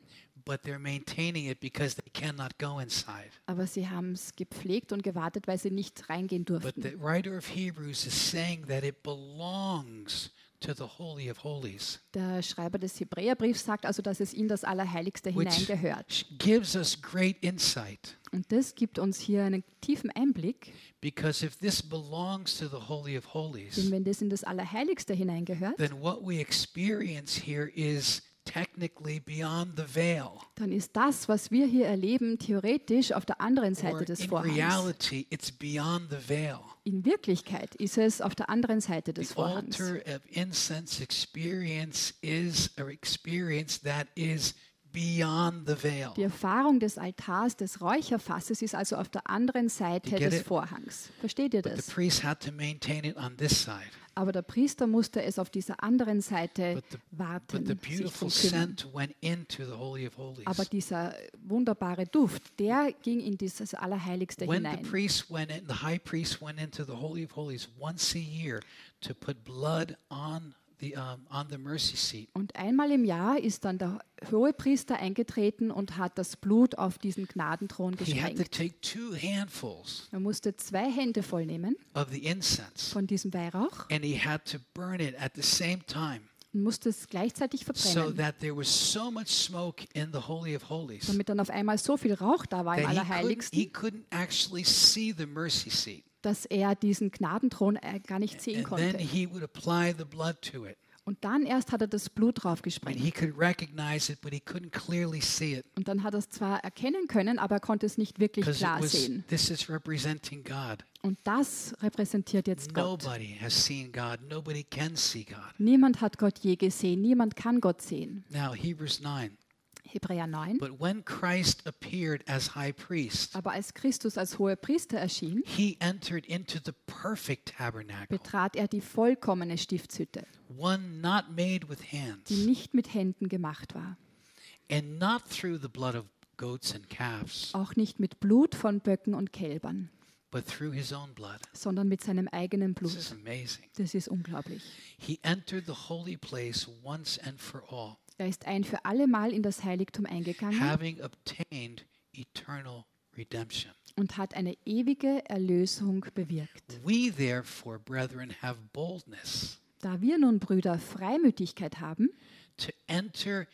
S1: but they're maintaining it because they cannot go inside.
S2: aber sie haben es gepflegt und gewartet, weil sie nicht reingehen
S1: But
S2: durften.
S1: the writer of Hebrews is saying that it belongs to the Holy of Holies,
S2: Der Schreiber des Hebräerbriefs sagt also, dass es in das Allerheiligste
S1: which
S2: hineingehört.
S1: gives us great insight
S2: Und das gibt uns hier einen tiefen Einblick,
S1: Because if this belongs to the Holy of
S2: denn
S1: Holies,
S2: wenn das in das Allerheiligste hineingehört,
S1: then what we experience here is technically beyond the veil.
S2: dann ist das, was wir hier erleben, theoretisch auf der anderen
S1: Or
S2: Seite des
S1: in
S2: Vorhangs.
S1: reality, it's beyond the veil.
S2: In Wirklichkeit ist es auf der anderen Seite des
S1: The
S2: Vorhangs.
S1: altar of incense experience is an experience that is beyond the veil.
S2: Die Erfahrung des Altars, des Räucherfasses ist also auf der anderen Seite
S1: You get
S2: des
S1: it?
S2: Vorhangs. Versteht ihr
S1: The
S2: das?
S1: priest had to maintain it on this side.
S2: Aber der Priester musste es auf dieser anderen Seite
S1: But the- But
S2: warten,
S1: the
S2: sich
S1: beautiful
S2: drum kümmern.
S1: scent went into the Holy of Holies.
S2: Aber dieser wunderbare Duft, der ging in dieses Allerheiligste
S1: When the
S2: hinein.
S1: priest went in, the high priest went into the Holy of Holies once a year to put blood on the um, on the mercy seat.
S2: Und einmal im Jahr ist dann der Hohepriester eingetreten und hat das Blut auf diesen Gnadenthron
S1: He had to take
S2: gesprengt.
S1: two handfuls
S2: Er musste zwei Hände voll nehmen
S1: of the incense
S2: von diesem Weihrauch
S1: and he had to burn it at the same time.
S2: und musste es gleichzeitig
S1: so
S2: verbrennen,
S1: that there was so much smoke in the Holy of Holies
S2: damit dann auf einmal so viel Rauch da war im
S1: that he couldn't, he
S2: Allerheiligsten,
S1: couldn't actually see the mercy seat.
S2: dass er diesen Gnadenthron äh, gar nicht sehen
S1: And then
S2: konnte.
S1: he would apply the blood to it.
S2: Und dann erst hat er das Blut drauf
S1: And
S2: gesprengt.
S1: he could recognize it, but he couldn't clearly see it
S2: Und dann hat er es zwar erkennen können, aber er konnte es nicht wirklich
S1: because it
S2: klar
S1: was
S2: sehen.
S1: this is representing God.
S2: Und das repräsentiert jetzt Gott.
S1: Nobody has seen God. Nobody can see God.
S2: Niemand hat Gott je gesehen, niemand kann Gott sehen.
S1: Now Hebrews 9.
S2: Hebräer 9.
S1: But when Christ appeared as high priest,
S2: Aber als Christus als hoher Priester erschien,
S1: he entered into the perfect tabernacle,
S2: betrat er die vollkommene Stiftshütte,
S1: one not made with
S2: die
S1: hands.
S2: nicht mit Händen gemacht war,
S1: and not through the blood of goats and calves,
S2: auch nicht mit Blut von Böcken und Kälbern,
S1: but through his own blood.
S2: sondern mit seinem eigenen
S1: This is
S2: Blut.
S1: amazing.
S2: Das ist unglaublich.
S1: He entered the holy place once and for all,
S2: Er ist ein für alle Mal in das Heiligtum eingegangen
S1: having obtained eternal redemption.
S2: und hat eine ewige Erlösung bewirkt.
S1: We, therefore, brethren, have boldness
S2: Da wir nun Brüder Freimütigkeit haben,
S1: to enter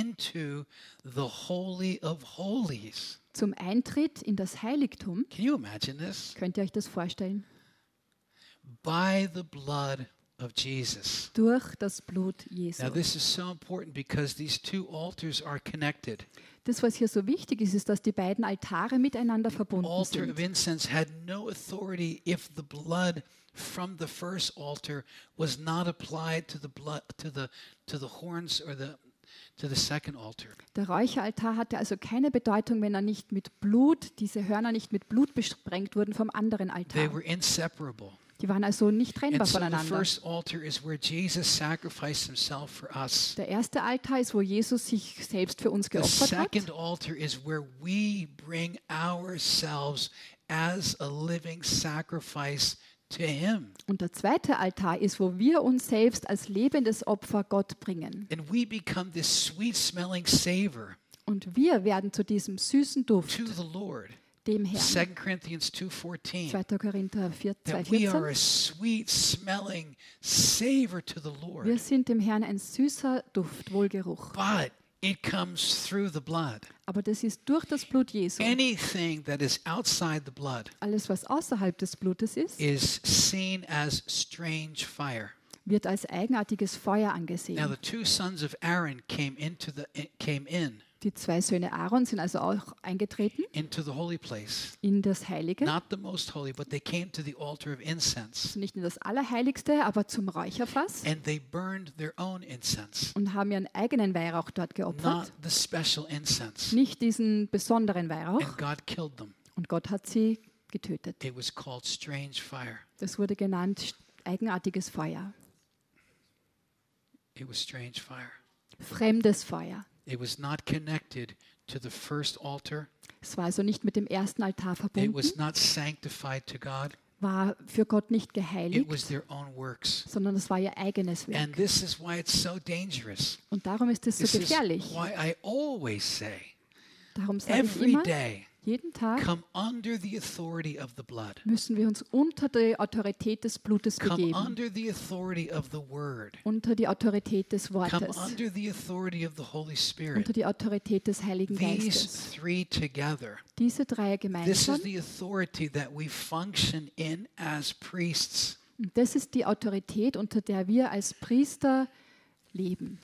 S1: into the Holy of Holies.
S2: zum Eintritt in das Heiligtum,
S1: Can you imagine this?
S2: könnt ihr euch das vorstellen,
S1: By the blood of Jesus.
S2: durch das Blut
S1: Now,
S2: Jesu.
S1: this is so important because these two altars are connected.
S2: Das, was hier so wichtig ist, ist, dass die beiden Altare miteinander verbunden
S1: altar
S2: sind.
S1: of incense had no authority if the blood from the first altar was not applied to the blood to the to the horns or the to the second altar.
S2: Der Räucheraltar hatte also keine Bedeutung, wenn er nicht mit Blut, diese Hörner nicht mit Blut besprengt wurden vom anderen
S1: They
S2: Altar.
S1: were inseparable.
S2: Die waren also nicht trennbar
S1: And so the
S2: voneinander.
S1: first altar is where Jesus sacrificed himself for us.
S2: Der erste Altar ist, wo Jesus sich selbst für uns
S1: The
S2: geopfert
S1: second
S2: hat.
S1: altar is where we bring ourselves as a living sacrifice to him.
S2: Und der zweite Altar ist, wo wir uns selbst als lebendes Opfer Gott bringen.
S1: And we become this sweet smelling savor
S2: Und wir werden zu diesem süßen Duft,
S1: to the Lord.
S2: dem Herrn.
S1: 2 Corinthians 2:14
S2: 2. Korinther 4,
S1: that we are
S2: 2,14.
S1: a sweet smelling savor to the
S2: Wir
S1: Lord.
S2: sind dem Herrn ein süßer Duft, Wohlgeruch.
S1: But it comes through the blood.
S2: Aber das ist durch das Blut Jesu.
S1: Anything that is outside the blood
S2: Alles, was außerhalb des Blutes ist,
S1: is seen as strange fire.
S2: wird als eigenartiges Feuer
S1: Now
S2: angesehen.
S1: the two sons of Aaron came into the eh, came in
S2: Die zwei Söhne Aaron sind also auch eingetreten
S1: into the holy place.
S2: in das Heilige.
S1: Not the most holy, but they came to the altar of incense
S2: Also nicht in das Allerheiligste, aber zum Räucherfass
S1: and they burned their own incense,
S2: und haben ihren eigenen Weihrauch dort
S1: not
S2: geopfert.
S1: the special incense.
S2: Nicht diesen
S1: And
S2: besonderen Weihrauch.
S1: God killed them.
S2: Und Gott hat sie getötet.
S1: It was called strange fire.
S2: Das wurde genannt eigenartiges Feuer,
S1: It was strange fire.
S2: fremdes Feuer.
S1: It was not connected to the first altar.
S2: Es war also nicht mit dem ersten Altar
S1: It
S2: verbunden,
S1: was not sanctified to God.
S2: war für Gott nicht
S1: It
S2: geheiligt,
S1: was their own works.
S2: sondern es war ihr eigenes Werk.
S1: And this is why it's so dangerous.
S2: Und darum ist es
S1: This
S2: so
S1: is
S2: gefährlich.
S1: why I always say
S2: Darum sage ich
S1: every
S2: immer,
S1: day
S2: Jeden Tag
S1: come under the authority of the blood,
S2: müssen wir uns unter die Autorität des Blutes
S1: come
S2: begeben,
S1: under the authority of the word,
S2: unter die Autorität des
S1: come
S2: Wortes,
S1: under the authority of the Holy Spirit.
S2: unter die Autorität des Heiligen
S1: These
S2: Geistes.
S1: three together,
S2: Diese drei
S1: this
S2: gemeinsam,
S1: is the authority that we function in as priests.
S2: und das ist die Autorität, unter der wir als Priester leben.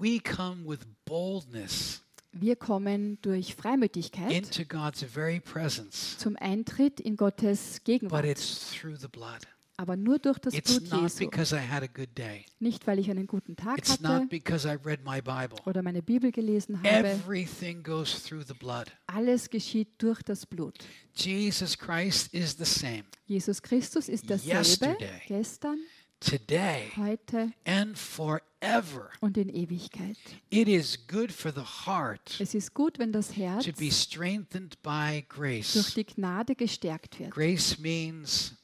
S1: We come with boldness
S2: Wir kommen durch Freimütigkeit
S1: into God's very presence,
S2: zum Eintritt in Gottes
S1: but
S2: Gegenwart,
S1: it's through the blood.
S2: aber nur durch das
S1: It's
S2: Blut
S1: not
S2: Jesu.
S1: because I had a good day.
S2: Nicht, weil ich einen guten Tag
S1: It's not
S2: hatte
S1: because I read my Bible.
S2: oder meine Bibel gelesen habe.
S1: Everything goes through the blood.
S2: Alles geschieht durch das Blut.
S1: Jesus Christ is the same
S2: Jesus Christus ist derselbe
S1: Yesterday.
S2: gestern,
S1: today
S2: heute
S1: and forever.
S2: und in Ewigkeit.
S1: It is good for the heart
S2: Es ist gut, wenn das Herz
S1: to be strengthened by
S2: durch
S1: grace.
S2: die Gnade gestärkt wird.
S1: Grace means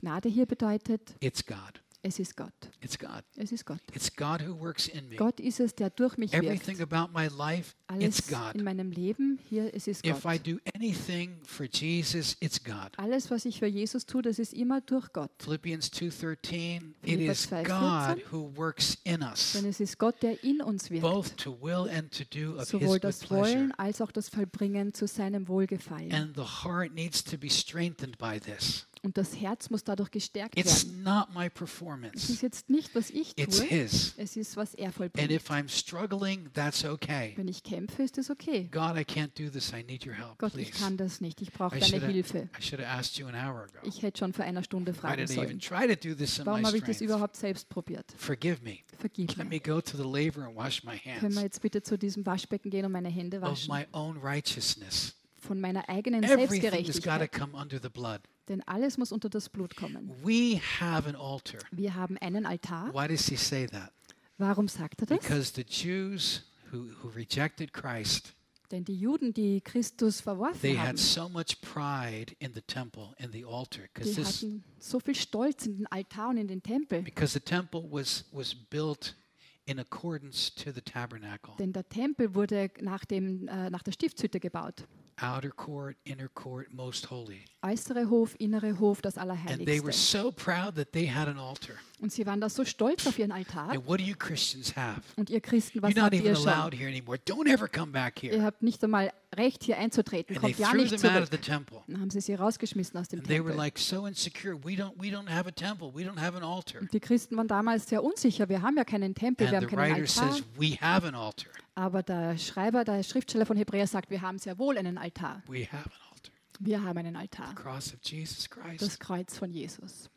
S2: Gnade hier bedeutet,
S1: it's God.
S2: es ist Gott.
S1: It's God.
S2: Es ist Gott.
S1: It's God who works in me.
S2: Gott ist es, der durch mich
S1: Everything
S2: wirkt.
S1: about my life, it's
S2: Alles in
S1: God.
S2: meinem Leben, hier, es ist
S1: If I
S2: Gott.
S1: do anything for Jesus, it's God.
S2: Alles, was ich für Jesus tue, das ist immer durch Gott.
S1: Philippians 2:13, it
S2: Philippa
S1: is
S2: 2:14.
S1: God who works in us.
S2: Denn es ist Gott, der in uns wirkt.
S1: both to will and to do of his
S2: Sowohl
S1: good
S2: das
S1: pleasure.
S2: Wollen als auch das Vollbringen zu seinem Wohlgefallen.
S1: And the heart needs to be strengthened by this.
S2: Und das Herz muss dadurch gestärkt
S1: It's
S2: werden.
S1: not my
S2: Es ist
S1: performance,
S2: jetzt nicht, was ich
S1: it's
S2: tue,
S1: his.
S2: es ist, was er
S1: And
S2: vollbringt.
S1: if I'm struggling, that's okay.
S2: Wenn ich kämpfe, ist es okay.
S1: God, I can't do this. I need your help,
S2: Gott, ich
S1: please.
S2: kann das nicht. Ich brauche
S1: I
S2: deine
S1: shoulda-
S2: Hilfe.
S1: I should have asked you an hour ago.
S2: Ich hätte schon vor einer Stunde
S1: Why
S2: fragen
S1: did I even
S2: sollen.
S1: try to do this in my
S2: Warum habe ich das
S1: strength?
S2: überhaupt selbst probiert?
S1: Forgive me.
S2: Vergib
S1: Let me
S2: mir.
S1: go to the laver and wash my
S2: Können wir
S1: hands
S2: jetzt bitte zu diesem Waschbecken gehen und meine Hände
S1: of
S2: waschen?
S1: my own righteousness.
S2: Von meiner eigenen
S1: Everything has got to
S2: Selbstgerechtigkeit.
S1: come under the blood.
S2: Denn alles muss unter das Blut kommen.
S1: We have an altar.
S2: Wir haben einen Altar.
S1: Why does he say that?
S2: Warum sagt er das?
S1: Because the Jews who, who rejected Christ,
S2: Denn die Juden, die Christus
S1: they
S2: verworfen haben,
S1: had so much pride in the temple and the altar, because
S2: die
S1: this
S2: hatten so viel Stolz in den Altar und in den Tempel.
S1: because the temple was was built in accordance to the tabernacle,
S2: Denn der Tempel wurde nach, dem, äh, nach der Stiftshütte gebaut.
S1: outer court, inner court, most holy.
S2: Äußere Hof, innere Hof, das
S1: And they were
S2: Allerheiligste.
S1: so proud that they had an altar.
S2: Und sie waren da so stolz auf ihren Altar.
S1: And what do you Christians have?
S2: Und ihr Christen, was
S1: You're not
S2: habt
S1: even
S2: ihr schon?
S1: allowed here anymore. Don't ever come back
S2: Ihr
S1: here.
S2: habt nicht einmal Recht, hier einzutreten.
S1: And they
S2: Kommt ja
S1: threw
S2: nicht
S1: them out of
S2: zurück.
S1: the temple.
S2: Dann haben sie sie rausgeschmissen aus dem
S1: And they were
S2: Tempel.
S1: like so insecure. We don't we don't have a temple. We don't have an altar.
S2: Und die Christen waren damals sehr unsicher. Wir haben ja keinen Tempel, wir
S1: And
S2: haben
S1: the
S2: keinen
S1: writer
S2: Altar.
S1: says, We have an altar.
S2: Aber der Schreiber, der Schriftsteller von Hebräer sagt, wir haben sehr wohl einen Altar.
S1: We have an altar.
S2: Wir haben einen Altar.
S1: The cross of Jesus Christ.
S2: Das Kreuz von Jesus.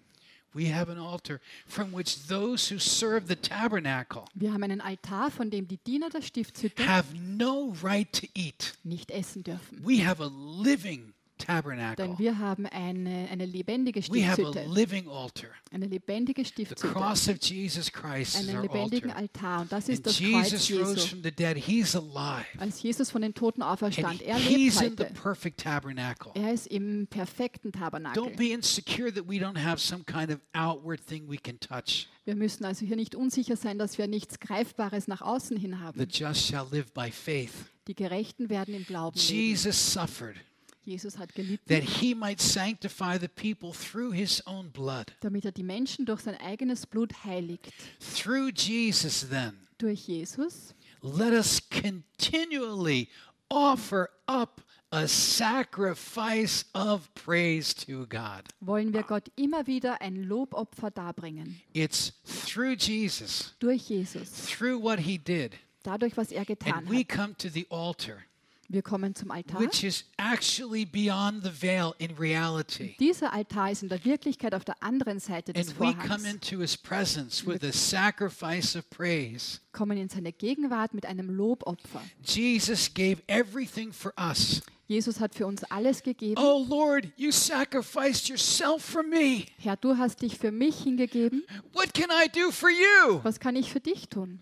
S1: We have an altar from which those who serve the tabernacle
S2: Wir haben einen Altar, von dem die Diener der Stiftshütte
S1: have no right to eat.
S2: nicht essen dürfen.
S1: We have a living
S2: Denn
S1: tabernacle.
S2: wir haben eine, eine lebendige
S1: We have a
S2: Stiftshütte.
S1: living altar.
S2: Eine lebendige
S1: The
S2: Stiftshütte.
S1: cross of Jesus Christ is
S2: Einen
S1: our
S2: lebendigen
S1: altar.
S2: Altar. Und das ist
S1: And
S2: das Kreuz
S1: Jesus rose
S2: Jesu.
S1: from the dead. He's alive.
S2: Als Jesus von den Toten
S1: And
S2: auferstand, er lebt
S1: he's in the
S2: heute.
S1: perfect tabernacle.
S2: Er ist im perfekten
S1: Don't
S2: Tabernakel.
S1: be insecure that we don't have some kind of outward thing we can touch.
S2: Wir müssen also hier nicht unsicher sein, dass wir nichts Greifbares nach außen hin
S1: The
S2: haben.
S1: just shall live by faith.
S2: Die Gerechten werden im Glauben leben.
S1: Jesus suffered
S2: Jesus hat gelitten,
S1: that he might sanctify the people through his own blood.
S2: damit er die Menschen durch sein eigenes Blut heiligt.
S1: Through Jesus, then,
S2: Durch Jesus
S1: let us continually offer up a sacrifice of praise to God.
S2: wollen wir Gott immer wieder ein Lobopfer darbringen.
S1: It's through Jesus,
S2: Durch Jesus.
S1: through what he did.
S2: Dadurch, was er
S1: And
S2: getan
S1: we
S2: hat.
S1: come to the altar,
S2: Wir kommen zum Altar.
S1: which is actually beyond the veil in reality.
S2: Dieser Altar ist in der Wirklichkeit auf der anderen Seite
S1: And
S2: des
S1: we come
S2: Vorhangs.
S1: into his presence with a sacrifice of praise.
S2: Kommen in seine Gegenwart mit einem Lobopfer.
S1: Jesus gave everything for us.
S2: Jesus hat für uns alles gegeben.
S1: Oh Lord, you sacrificed yourself for me.
S2: Herr, du hast dich für mich hingegeben.
S1: What can I do for you?
S2: Was kann ich für dich tun?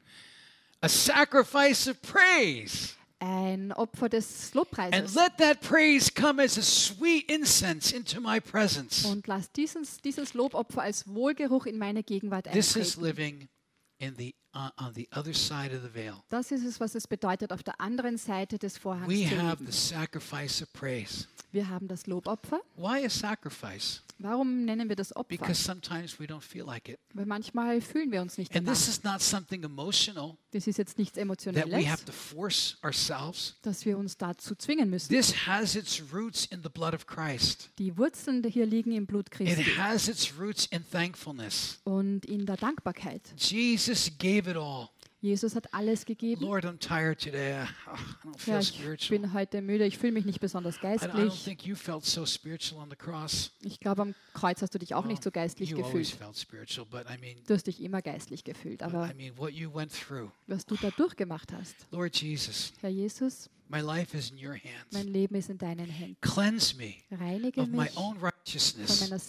S1: A sacrifice of praise.
S2: Ein Opfer des
S1: And
S2: Lobpreises.
S1: let that praise come as a sweet incense into my presence.
S2: Und lass dieses, dieses Lobopfer als Wohlgeruch in meine Gegenwart
S1: This is
S2: eintreten.
S1: living in the uh, on the other side of the veil.
S2: Das ist es, was es bedeutet, auf der anderen Seite des Vorhangs
S1: We
S2: zu
S1: have
S2: leben.
S1: the sacrifice of praise.
S2: Wir haben das Lobopfer.
S1: Why a sacrifice?
S2: Warum nennen wir das Opfer?
S1: Because sometimes we don't feel like it.
S2: Weil manchmal fühlen wir uns nicht
S1: And
S2: danach.
S1: this is not something emotional
S2: Das ist jetzt nichts
S1: that we
S2: Emotionelles,
S1: have to force ourselves.
S2: dass wir uns dazu zwingen müssen.
S1: This has its roots in the blood of Christ.
S2: Die Wurzeln die hier liegen im Blut
S1: It
S2: Christi
S1: has its roots in thankfulness.
S2: und in der Dankbarkeit.
S1: Jesus gave it all.
S2: Jesus hat alles gegeben.
S1: Lord, I'm tired today. Ah, I don't
S2: Ja,
S1: feel
S2: ich
S1: spiritual.
S2: bin heute müde, ich fühle mich nicht besonders
S1: I I don't
S2: geistlich.
S1: think you felt so spiritual on the cross.
S2: Ich glaube, am Kreuz hast du dich auch
S1: Well,
S2: nicht so geistlich
S1: Oh, you always
S2: gefühlt.
S1: felt spiritual, but I mean,
S2: Du hast dich immer geistlich gefühlt.
S1: but
S2: Aber
S1: I mean, what you went through,
S2: was du da durchgemacht hast,
S1: Lord Jesus,
S2: Herr Jesus,
S1: my life is in your
S2: mein
S1: hands.
S2: Leben ist in deinen Händen.
S1: Cleanse me
S2: Reinige
S1: of my
S2: mich von
S1: own righteousness.
S2: meiner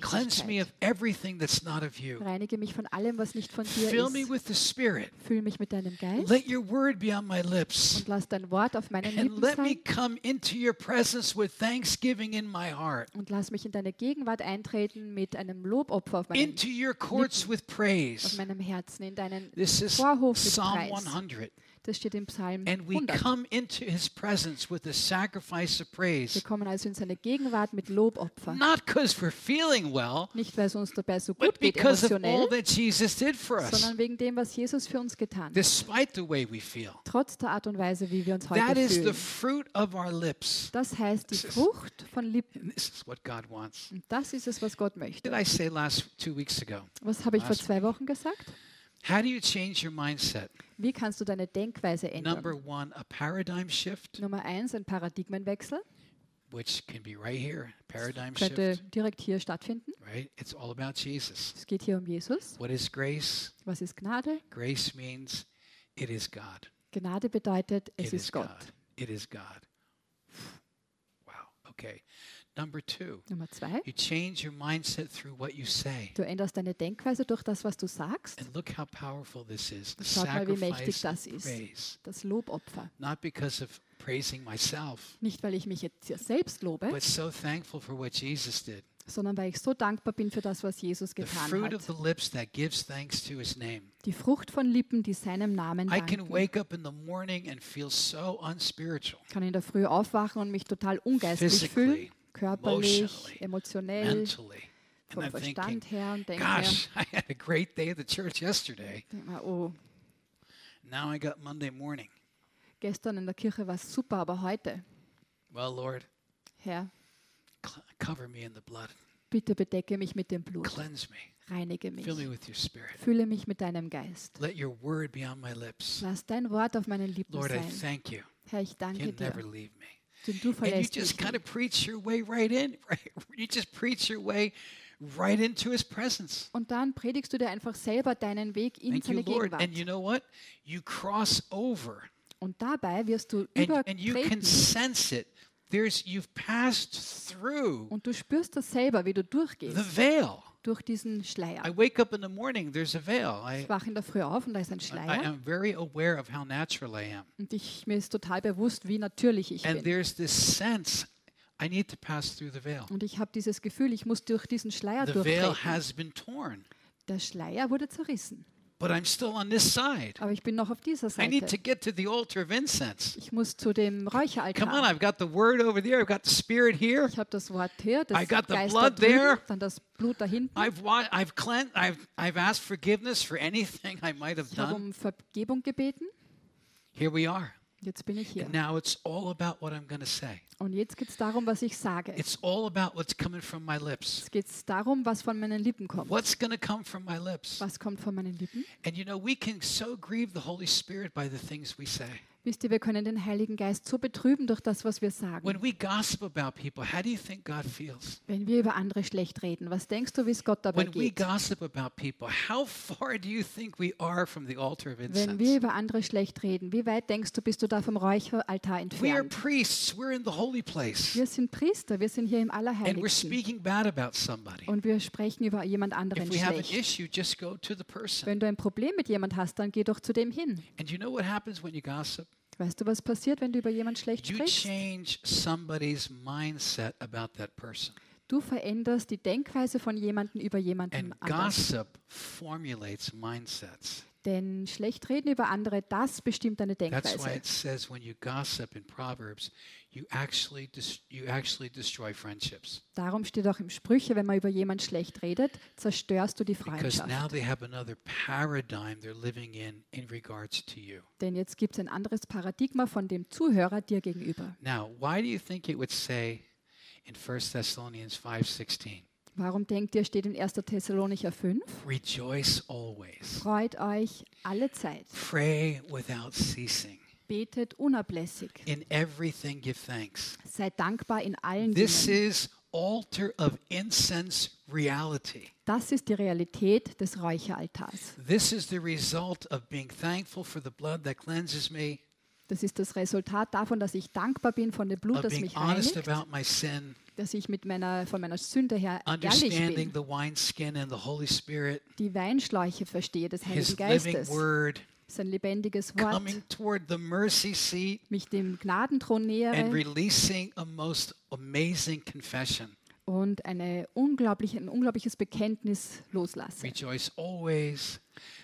S1: Cleanse me of
S2: Selbstgerechtigkeit.
S1: everything that's not of you.
S2: Reinige mich von allem, was nicht von dir
S1: Fill me
S2: ist.
S1: with the Spirit.
S2: Füll mich mit deinem Geist
S1: Let your word be on my lips.
S2: und lass dein Wort auf meinen
S1: And
S2: Lippen
S1: let me
S2: sein
S1: come into your presence with thanksgiving in my heart,
S2: und lass mich in deine Gegenwart eintreten mit einem Lobopfer auf meinem,
S1: into your courts with
S2: auf
S1: praise.
S2: meinem Herzen, in deinen
S1: This is
S2: Vorhof mit
S1: Psalm
S2: Preis.
S1: 100.
S2: Das steht im Psalm
S1: And we
S2: 100.
S1: come into his presence with a sacrifice of
S2: Wir
S1: praise,
S2: kommen also in seine Gegenwart mit Lobopfer.
S1: not because we're feeling well,
S2: Nicht, weil es uns dabei so
S1: but
S2: gut geht
S1: because of all
S2: emotionell,
S1: that Jesus did for us,
S2: sondern wegen dem, was Jesus für uns getan hat.
S1: despite the way we feel.
S2: Trotz der Art und Weise, wie wir uns heute
S1: That is the
S2: fühlen.
S1: fruit of our lips.
S2: Das heißt die
S1: This is-
S2: Frucht von Lippen.
S1: And this is what God wants.
S2: Und das ist es, was Gott
S1: Did
S2: möchte.
S1: I say last two weeks ago?
S2: Was habe ich vor
S1: Last
S2: zwei Wochen gesagt?
S1: How do you change your mindset?
S2: Wie kannst du deine Denkweise
S1: Number
S2: ändern?
S1: one, a paradigm shift,
S2: Nummer eins, ein Paradigmenwechsel.
S1: which can be right here. Paradigm
S2: Könnte
S1: shift,
S2: direkt hier stattfinden.
S1: right? It's all about Jesus.
S2: Es geht hier um Jesus.
S1: What is grace?
S2: Was ist Gnade?
S1: Grace means it is God.
S2: Gnade bedeutet,
S1: It
S2: es ist
S1: God.
S2: Gott.
S1: It is God. Wow. Okay. Number two,
S2: Nummer zwei,
S1: you change your mindset through what you say.
S2: du änderst deine Denkweise durch das, was du sagst.
S1: And look how powerful this is. The
S2: Schaut mal, wie mächtig
S1: sacrifice
S2: das
S1: of
S2: ist.
S1: praise.
S2: Das Lobopfer.
S1: Not because of praising myself,
S2: Nicht, weil ich mich jetzt hier selbst lobe,
S1: but so thankful for what Jesus did.
S2: sondern weil ich so dankbar bin für das, was Jesus
S1: The
S2: getan
S1: fruit of
S2: hat.
S1: the lips that gives thanks to his name.
S2: Die Frucht von Lippen, die seinem Namen
S1: I can
S2: danken.
S1: wake up in the morning and feel so unspiritual.
S2: Ich kann in der Früh aufwachen und mich total ungeistlich
S1: Physically,
S2: fühlen. Körperlich,
S1: emotionally,
S2: emotionell,
S1: mentally.
S2: vom
S1: I'm thinking,
S2: Verstand her und denke mir,
S1: Gosh, (laughs) I had a great day at the church yesterday.
S2: denk mir, oh,
S1: Now I got Monday morning.
S2: gestern in der Kirche war es super, aber heute,
S1: Well, Lord,
S2: Herr,
S1: cl- cover me in the blood.
S2: bitte bedecke mich mit dem Blut,
S1: Cleanse me.
S2: reinige mich,
S1: Fill me with your spirit.
S2: fülle mich mit deinem Geist.
S1: Let your word be on my lips.
S2: Lass dein Wort auf meinen Lippen
S1: Lord, I
S2: sein.
S1: thank you.
S2: Herr, ich danke
S1: You'll never
S2: dir,
S1: leave me.
S2: denn du
S1: And you
S2: verlässt mich
S1: just kind
S2: nicht.
S1: of preach your way right in. (laughs) Right? You just preach your way right into his presence.
S2: Und dann predigst du dir einfach selber deinen Weg in
S1: Thank you,
S2: seine
S1: Lord.
S2: Gegenwart.
S1: And you know what? You cross over
S2: Und dabei wirst du
S1: and, and you can
S2: übertreten.
S1: sense it. There's you've passed through
S2: Und du spürst das selber, wie du
S1: the
S2: durchgehst,
S1: veil.
S2: durch diesen Schleier.
S1: I wake up in the morning, there's a veil. I,
S2: Ich wache in der Früh auf und da ist ein
S1: Äh, I
S2: Schleier.
S1: am very aware of how natural I am.
S2: Und ich, mir ist total bewusst, wie natürlich ich
S1: And
S2: bin.
S1: there's this sense I need to pass through the veil.
S2: Und ich habe dieses Gefühl, ich muss durch diesen Schleier
S1: The veil
S2: durchtreten.
S1: has been torn,
S2: Der Schleier wurde zerrissen.
S1: but I'm still on this side.
S2: Aber ich bin noch auf dieser
S1: I need to
S2: Seite.
S1: get to the altar of incense.
S2: Ich muss zu dem
S1: Come on,
S2: Räucheraltar.
S1: I've got the word over there, I've got the spirit here.
S2: Ich habe das Wort hier, das
S1: I got the
S2: Geist da
S1: blood there.
S2: drüben, dann das Blut da hinten.
S1: I've wa- I've cleansed I've I've asked forgiveness for anything I might have
S2: Ich habe
S1: done.
S2: um Vergebung gebeten.
S1: Here we are.
S2: Jetzt bin ich hier.
S1: And now it's all about what I'm going to say.
S2: Und jetzt geht es darum, was ich sage.
S1: It's all about what's coming from my lips.
S2: Jetzt geht es darum, was von meinen Lippen kommt.
S1: What's going to come from my lips?
S2: Was kommt von meinen Lippen?
S1: And you know, we can so grieve the Holy Spirit by the things we say.
S2: Wisst ihr, wir können den Heiligen Geist so betrüben durch das, was wir sagen.
S1: When we gossip about people, how do you think God feels?
S2: Wenn wir über andere schlecht reden, was denkst du, wie es Gott dabei
S1: When we
S2: geht?
S1: gossip about people, how far do you think we are from the altar of
S2: Wenn wir
S1: incense?
S2: über andere schlecht reden, wie weit denkst du, bist du da vom Räucheraltar
S1: We are
S2: entfernt?
S1: priests, we're in the holy place,
S2: Wir sind Priester, wir sind hier im
S1: and we're
S2: Allerheiligsten
S1: speaking bad about somebody.
S2: und wir sprechen über jemand
S1: If
S2: anderen
S1: we have an
S2: schlecht.
S1: issue, just go to the person.
S2: Wenn du ein Problem mit jemand hast, dann geh doch zu dem hin.
S1: And you know what happens when you gossip?
S2: Weißt du, was passiert, wenn du über jemand schlecht
S1: You
S2: sprichst?
S1: change somebody's mindset about that person.
S2: Du veränderst die Denkweise von jemandem über jemanden
S1: And
S2: anders.
S1: gossip formulates mindsets.
S2: Denn schlecht reden über andere, das bestimmt deine
S1: That's why
S2: Denkweise.
S1: it says when you gossip in Proverbs, you actually dis- you actually destroy friendships
S2: Darum steht auch im Sprüche, wenn man über jemanden schlecht redet, zerstörst du die
S1: because
S2: Freundschaft.
S1: now they have another paradigm they're living in in regards to you.
S2: Denn jetzt gibt es ein anderes Paradigma von dem Zuhörer dir gegenüber.
S1: Now, why do you think it would say in 1 Thessalonians 5:16,
S2: Warum denkt ihr, steht in 1. Thessalonicher 5?
S1: "Rejoice always.
S2: Freut euch alle Zeit,
S1: Pray without ceasing.
S2: betet unablässig,
S1: In everything give thanks."
S2: seid dankbar in allen
S1: This
S2: Dingen.
S1: is altar of incense reality.
S2: Das ist die Realität des Räucheraltars.
S1: This is the result of being thankful for the blood that cleanses me,
S2: Das ist das Resultat davon, dass ich dankbar bin von dem Blut,
S1: of
S2: das
S1: being
S2: mich
S1: honest
S2: reinigt,
S1: about my sin,
S2: dass ich mit meiner, von meiner Sünde her ehrlich
S1: understanding
S2: bin,
S1: the wineskin and the Holy Spirit,
S2: die Weinschläuche verstehe des Heiligen
S1: His living
S2: Geistes,
S1: word,
S2: sein lebendiges Wort,
S1: coming toward the mercy seat
S2: mich dem Gnadenthron
S1: and
S2: nähere
S1: releasing a most amazing confession.
S2: und eine unglaubliche, ein unglaubliches Bekenntnis loslasse.
S1: Rejoice always.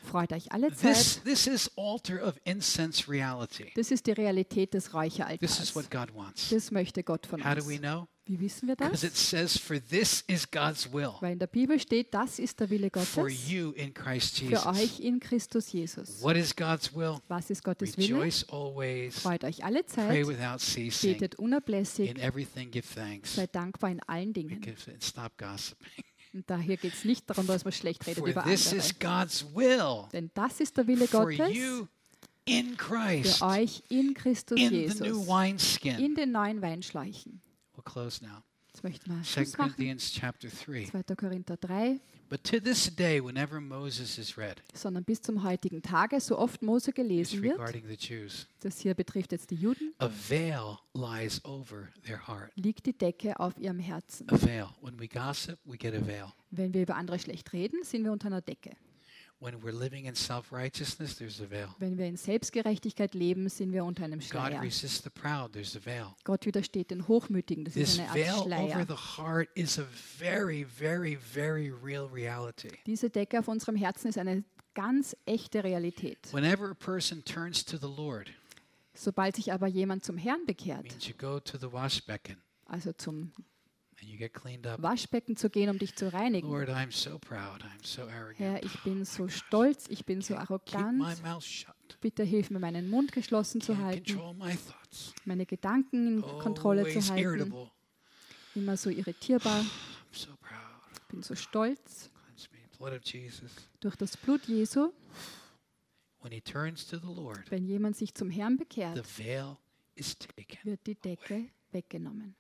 S2: Freut euch alle
S1: This,
S2: Zeit.
S1: this is altar of incense reality.
S2: Das ist die Realität des
S1: This is
S2: Räucheraltars.
S1: what God wants.
S2: Das möchte Gott von
S1: How do
S2: uns.
S1: we know?
S2: Wie wissen wir
S1: Because
S2: das?
S1: it says, For this is God's will
S2: Weil in der Bibel steht, das ist der Wille
S1: for
S2: Gottes
S1: you in Christ
S2: für
S1: Jesus.
S2: euch in Christus Jesus.
S1: What is God's will?
S2: Was ist Gottes Wille?
S1: Rejoice always.
S2: Freut euch alle
S1: Pray
S2: Zeit,
S1: without ceasing.
S2: betet unablässig,
S1: In everything, give thanks.
S2: seid dankbar in allen Dingen.
S1: Give- and Stop gossiping.
S2: Und daher geht es nicht darum, dass man schlecht redet
S1: For
S2: über
S1: this
S2: andere.
S1: is God's will
S2: Denn das ist der Wille
S1: for
S2: Gottes
S1: you in Christ,
S2: für euch in Christus
S1: in the new
S2: Jesus, in
S1: wineskin.
S2: den neuen Weinschläuchen.
S1: We'll close now.
S2: Jetzt möchten wir Schluss
S1: 2
S2: machen.
S1: Corinthians chapter 3.
S2: 2. Korinther 3.
S1: But to this day, whenever Moses is read,
S2: sondern bis zum heutigen Tage, so oft Mose
S1: it's
S2: gelesen wird,
S1: regarding the Jews,
S2: das hier betrifft jetzt die Juden,
S1: a veil lies over their heart.
S2: liegt die Decke auf ihrem Herzen.
S1: A veil. When we gossip, we get a veil.
S2: Wenn wir über andere schlecht reden, sind wir unter einer Decke.
S1: When we're living in self righteousness, there's a veil.
S2: Wenn wir in Selbstgerechtigkeit leben, sind wir unter einem
S1: God
S2: Schleier.
S1: resists the proud, there's a veil.
S2: Gott widersteht den Hochmütigen, das
S1: This
S2: ist eine Art
S1: veil over
S2: Schleier.
S1: the heart is a very, very, very real reality.
S2: Diese Decke auf unserem Herzen ist eine ganz echte Realität.
S1: Whenever a person turns to the Lord,
S2: Sobald sich aber jemand zum Herrn bekehrt,
S1: means you go to the washbecken
S2: also zum
S1: and you get cleaned up.
S2: Waschbecken zu gehen, um dich zu reinigen,
S1: Lord, I'm so proud. I'm so
S2: Herr,
S1: arrogant.
S2: ich bin so stolz, ich bin so
S1: Keep my
S2: arrogant,
S1: mouth shut.
S2: bitte hilf mir, meinen Mund geschlossen zu
S1: Can't
S2: halten.
S1: control my thoughts.
S2: meine Gedanken in Kontrolle zu
S1: Always
S2: halten,
S1: irritable.
S2: immer so irritierbar,
S1: I'm so proud.
S2: bin so stolz
S1: Cleanse me. Blood of Jesus.
S2: durch das Blut Jesu,
S1: When he turns to the Lord,
S2: wenn jemand sich zum Herrn
S1: the
S2: bekehrt,
S1: veil is taken.
S2: wird die Decke weggenommen.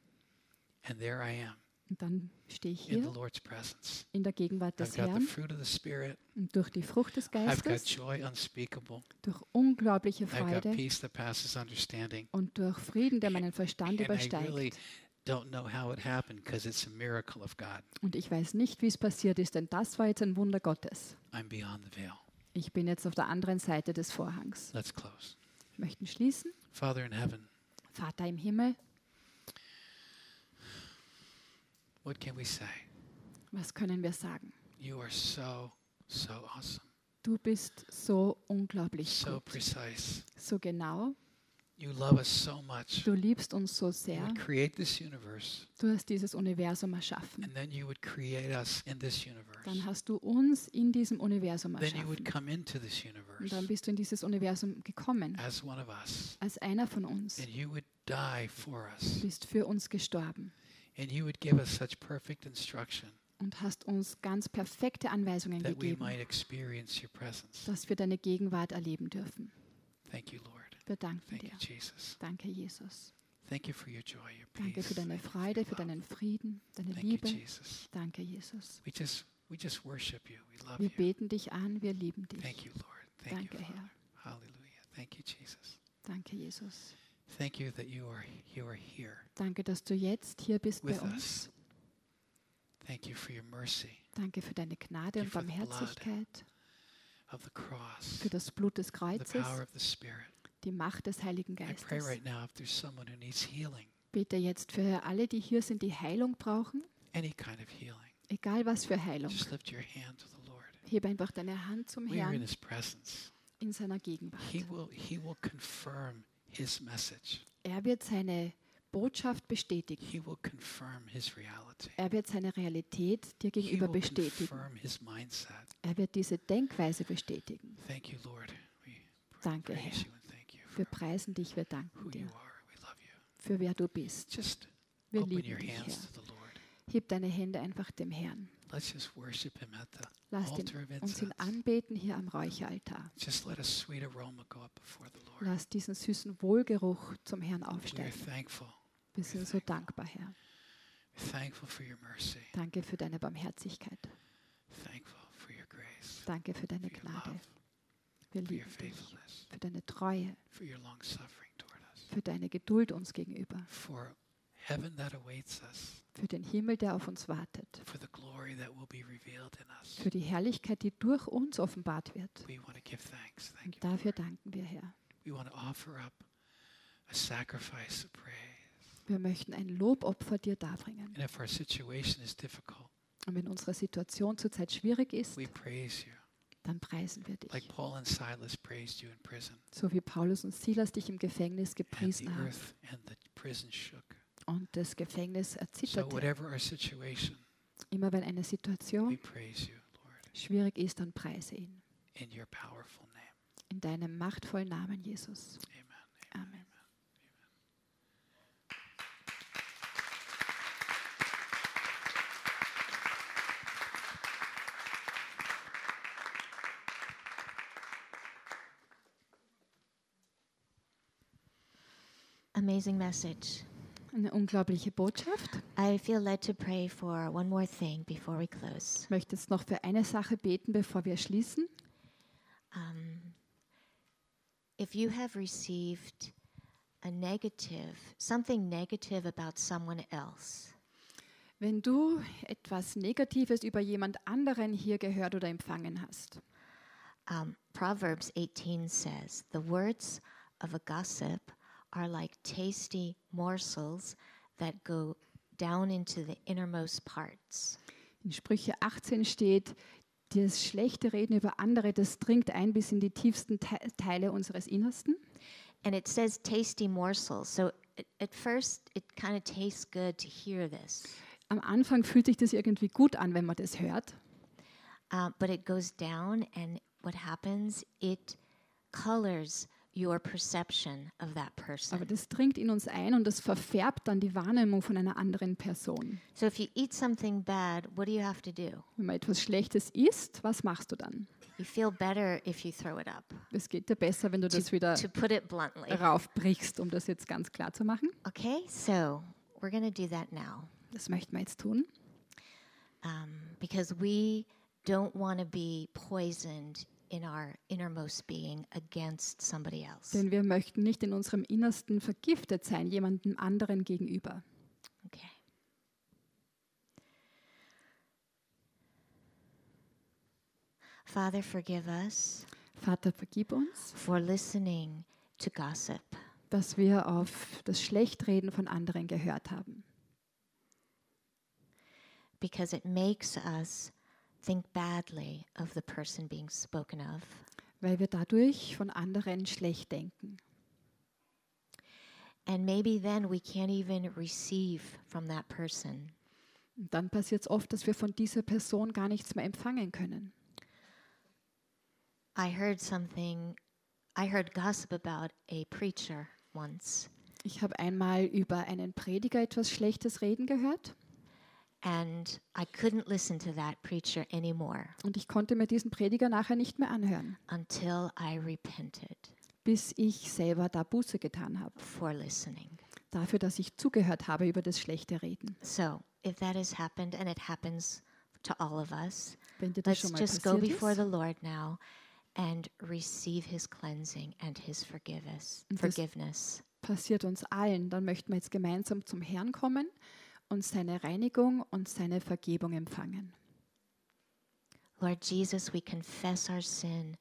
S1: And there I am
S2: Und dann stehe ich
S1: in the
S2: hier
S1: Lord's presence.
S2: in der Gegenwart
S1: I've
S2: des
S1: got the
S2: Herrn
S1: fruit of the Spirit.
S2: und durch die Frucht des
S1: I've got
S2: Geistes,
S1: joy unspeakable.
S2: durch unglaubliche
S1: I've got
S2: Freude
S1: peace that passes understanding.
S2: und durch Frieden, der meinen Verstand
S1: And I really
S2: übersteigt.
S1: don't know how it happened because it's a miracle of God.
S2: Und ich weiß nicht, wie es passiert ist, denn das war jetzt ein Wunder Gottes.
S1: I'm beyond the veil.
S2: Ich bin jetzt auf der anderen Seite des Vorhangs.
S1: Let's close.
S2: Wir möchten schließen.
S1: Father in heaven,
S2: Vater im Himmel,
S1: what can we say?
S2: was können wir sagen?
S1: You are so, so awesome,
S2: Du bist so unglaublich
S1: so
S2: gut,
S1: precise.
S2: so genau.
S1: You love us so much.
S2: Du liebst uns so
S1: You
S2: sehr.
S1: would create this universe,
S2: Du hast dieses Universum erschaffen.
S1: and then you would create us in this universe.
S2: Dann hast du uns in diesem Universum
S1: Then you would
S2: erschaffen.
S1: come into this
S2: Und dann
S1: universe
S2: bist du in dieses Universum gekommen,
S1: as one of us,
S2: als einer von uns.
S1: and you would die for
S2: Du
S1: us,
S2: bist für uns gestorben
S1: and you would give us such perfect instruction
S2: und hast uns ganz perfekte Anweisungen
S1: that we
S2: gegeben,
S1: might experience your presence.
S2: dass wir deine Gegenwart erleben dürfen.
S1: Thank you, Lord.
S2: Wir danken
S1: Thank you,
S2: dir.
S1: Jesus.
S2: Danke, Jesus.
S1: Thank you for your joy, your
S2: Danke
S1: peace.
S2: für deine Freude, für deinen Frieden, deine
S1: Thank you,
S2: Liebe.
S1: Jesus.
S2: Danke, Jesus.
S1: We just we just worship you. We love
S2: Wir
S1: you.
S2: beten dich an, wir lieben dich.
S1: Thank you, Lord. Thank
S2: Danke,
S1: you, Father.
S2: Herr.
S1: Hallelujah. Thank you, Jesus.
S2: Danke, Jesus.
S1: Thank you that you are you are here.
S2: Danke, dass du jetzt hier bist bei
S1: With
S2: uns.
S1: us. Thank you for your mercy
S2: Danke für deine Gnade
S1: Thank
S2: und
S1: you for the blood.
S2: Barmherzigkeit,
S1: of the cross,
S2: für das Blut des
S1: the
S2: Kreuzes,
S1: power of the Spirit.
S2: die Macht des Heiligen
S1: I pray
S2: Geistes.
S1: right now if there's someone who needs healing,
S2: Bete jetzt für alle, die hier sind, die Heilung brauchen,
S1: any kind of healing,
S2: egal was für Heilung.
S1: just lift your hand to the Lord.
S2: Hebe einfach deine Hand zum
S1: We are in
S2: Herrn
S1: His presence.
S2: in seiner Gegenwart.
S1: He will, he will confirm His message,
S2: Er wird seine Botschaft bestätigen.
S1: He will confirm His reality,
S2: Er wird seine Realität dir
S1: He
S2: gegenüber
S1: will
S2: bestätigen.
S1: confirm His mindset.
S2: Er wird diese Denkweise bestätigen.
S1: Thank you, Lord. We pra-
S2: Danke, Herr.
S1: praise you and thank you
S2: Wir
S1: for
S2: preisen dich, wir
S1: who
S2: danken
S1: you
S2: dir
S1: are. We love you.
S2: für wer du bist.
S1: Just
S2: Wir
S1: open
S2: lieben
S1: your
S2: dich, Herr.
S1: hands to the Lord.
S2: Heb deine Hände einfach dem Herrn.
S1: Let's just worship Him at the
S2: Lass
S1: altar
S2: ihn,
S1: of
S2: uns ihn
S1: incense.
S2: anbeten hier am Räucheraltar.
S1: Just let a sweet aroma go up before the Lord.
S2: Lass diesen süßen Wohlgeruch zum Herrn
S1: We are
S2: aufsteigen.
S1: thankful.
S2: Wir sind so dankbar, Herr.
S1: We're thankful for your mercy.
S2: Danke für deine Barmherzigkeit.
S1: Thankful for your grace.
S2: Danke für deine
S1: For your
S2: Gnade.
S1: love.
S2: Wir
S1: For your
S2: lieben dich.
S1: faithfulness.
S2: Für deine Treue.
S1: For your long suffering toward us.
S2: Für deine Geduld uns gegenüber.
S1: For heaven that awaits us.
S2: Für den Himmel, der auf uns wartet.
S1: For the glory that will be revealed in us.
S2: Für die Herrlichkeit, die durch uns offenbart wird.
S1: We want to give thanks. Thank
S2: Und
S1: you.
S2: dafür
S1: Lord.
S2: danken wir, Herr.
S1: We want to offer up a sacrifice of praise.
S2: Wir möchten ein Lobopfer dir darbringen.
S1: And if our situation is difficult,
S2: Und wenn unsere Situation zurzeit schwierig ist,
S1: we praise you.
S2: dann preisen wir
S1: Like
S2: dich.
S1: Paul and Silas praised you in prison.
S2: So wie Paulus und Silas dich im Gefängnis
S1: And the
S2: gepriesen haben
S1: earth and the prison shook.
S2: und das Gefängnis
S1: So
S2: erzitterte.
S1: whatever our situation,
S2: Immer wenn eine
S1: we
S2: Situation
S1: praise you, Lord,
S2: schwierig ist, dann preise ihn.
S1: in your powerful name.
S2: In deinem machtvollen Namen, Jesus.
S1: Amen.
S2: Amen.
S3: Amazing message.
S2: Eine unglaubliche Botschaft.
S3: I feel led to pray for one more thing before we close.
S2: Ich möchte jetzt noch für eine Sache beten, bevor wir schließen.
S3: Um, if you have received a negative, something negative about someone else,
S2: Wenn du etwas Negatives über jemand anderen hier gehört oder empfangen hast,
S3: um, Proverbs 18 says, The words of a gossip are like tasty morsels that go down into the innermost parts.
S2: in Sprüche 18 steht, das schlechte Reden über andere, das dringt ein bis in die tiefsten Te Teile unseres Innersten.
S3: And it says tasty morsels. So at, at first, it kind of tastes good to hear this.
S2: Am Anfang fühlt sich das irgendwie gut an, wenn man das hört,
S3: Uh, but it goes down, and what happens? It colors your perception of that
S2: aber
S3: person.
S2: das dringt in uns ein und das verfärbt dann die Wahrnehmung von einer anderen Person.
S3: So if you eat something bad, what do you have to do?
S2: Wenn man etwas Schlechtes isst, was machst du dann?
S3: You feel better if you throw it up.
S2: Es geht dir besser, wenn du das wieder
S3: To put it bluntly.
S2: raufbrichst, um das jetzt ganz klar zu machen.
S3: Okay, so we're going to do that now
S2: Das möchten wir jetzt tun,
S3: um, because we don't want to be poisoned in our innermost being against somebody else.
S2: denn wir möchten nicht in unserem Innersten vergiftet sein, jemandem anderen gegenüber.
S3: Okay. Father, forgive us
S2: Vater, vergib uns,
S3: for listening to gossip.
S2: dass wir auf das Schlechtreden von anderen gehört haben,
S3: because it makes us think badly of the person being spoken of.
S2: weil wir dadurch von anderen schlecht denken.
S3: And maybe then we can't even receive from that person.
S2: Und dann passiert es oft, dass wir von dieser Person gar nichts mehr empfangen können.
S3: I heard something, I heard gossip about a preacher once,
S2: Ich habe einmal über einen Prediger etwas Schlechtes reden gehört
S3: and I couldn't listen to that preacher anymore
S2: und ich konnte mir diesen Prediger nachher nicht mehr anhören,
S3: until I repented
S2: bis ich selber da Buße getan habe,
S3: for listening.
S2: dafür, dass ich zugehört habe über das schlechte Reden.
S3: So, if that has happened, and it happens to all of us,
S2: Wenn dir das
S3: Let's
S2: schon mal
S3: just go
S2: passiert ist,
S3: before the Lord now and receive his cleansing and his forgiveness.
S2: Und das-
S3: Forgiveness.
S2: passiert uns allen, dann möchten wir jetzt gemeinsam zum Herrn kommen und seine Reinigung und seine Vergebung empfangen.
S3: Lord Jesus, we confess our sin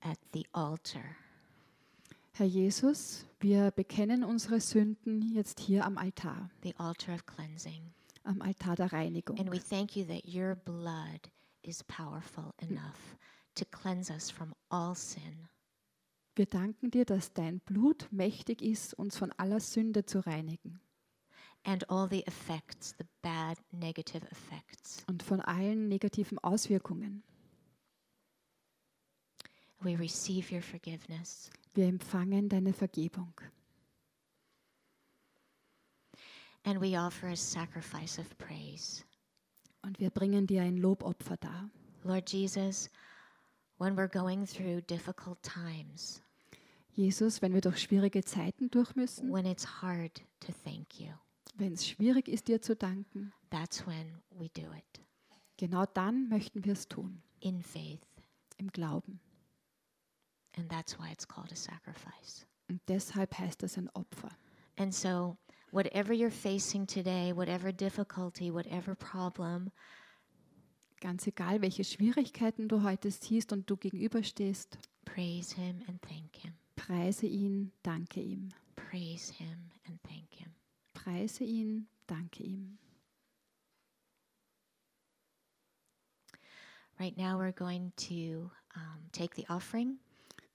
S3: at the altar.
S2: Herr Jesus, wir bekennen unsere Sünden jetzt hier am Altar,
S3: The altar of cleansing.
S2: am Altar der Reinigung.
S3: And we thank you that your blood is powerful enough to cleanse us from all sin.
S2: Wir danken dir, dass dein Blut mächtig ist, uns von aller Sünde zu reinigen
S3: and all the effects, the bad negative effects.
S2: und von allen negativen Auswirkungen.
S3: We receive your forgiveness.
S2: Wir empfangen deine Vergebung
S3: And we offer a sacrifice of praise.
S2: und wir bringen dir ein Lobopfer dar.
S3: Lord Jesus, when we're going through difficult times,
S2: Jesus, wenn wir durch schwierige Zeiten durch müssen,
S3: when it's hard to thank you,
S2: wenn es schwierig ist, dir zu danken,
S3: that's when we do it
S2: genau dann möchten wir es tun,
S3: in faith.
S2: im Glauben.
S3: And that's why it's called a sacrifice.
S2: Und deshalb heißt es ein Opfer.
S3: And so, whatever you're facing today, whatever difficulty, whatever problem,
S2: Ganz egal, welche Schwierigkeiten du heute siehst und du gegenüberstehst,
S3: praise Him and thank Him.
S2: preise ihn, danke ihm.
S3: Praise Him and thank Him.
S2: Preise ihn, danke ihm.
S3: Right now, we're going to um, take the offering,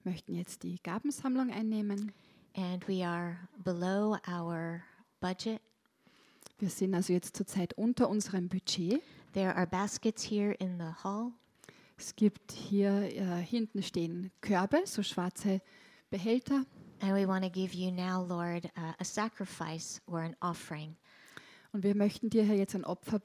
S2: möchten jetzt die Gabensammlung einnehmen.
S3: and we are below our budget.
S2: Wir sind also jetzt zurzeit unter unserem Budget.
S3: There are baskets here in the hall,
S2: Es gibt hier äh, hinten stehen Körbe, so schwarze Behälter.
S3: and we want to give you now, Lord, uh, a sacrifice or an offering
S2: Und wir möchten dir hier jetzt ein Opfer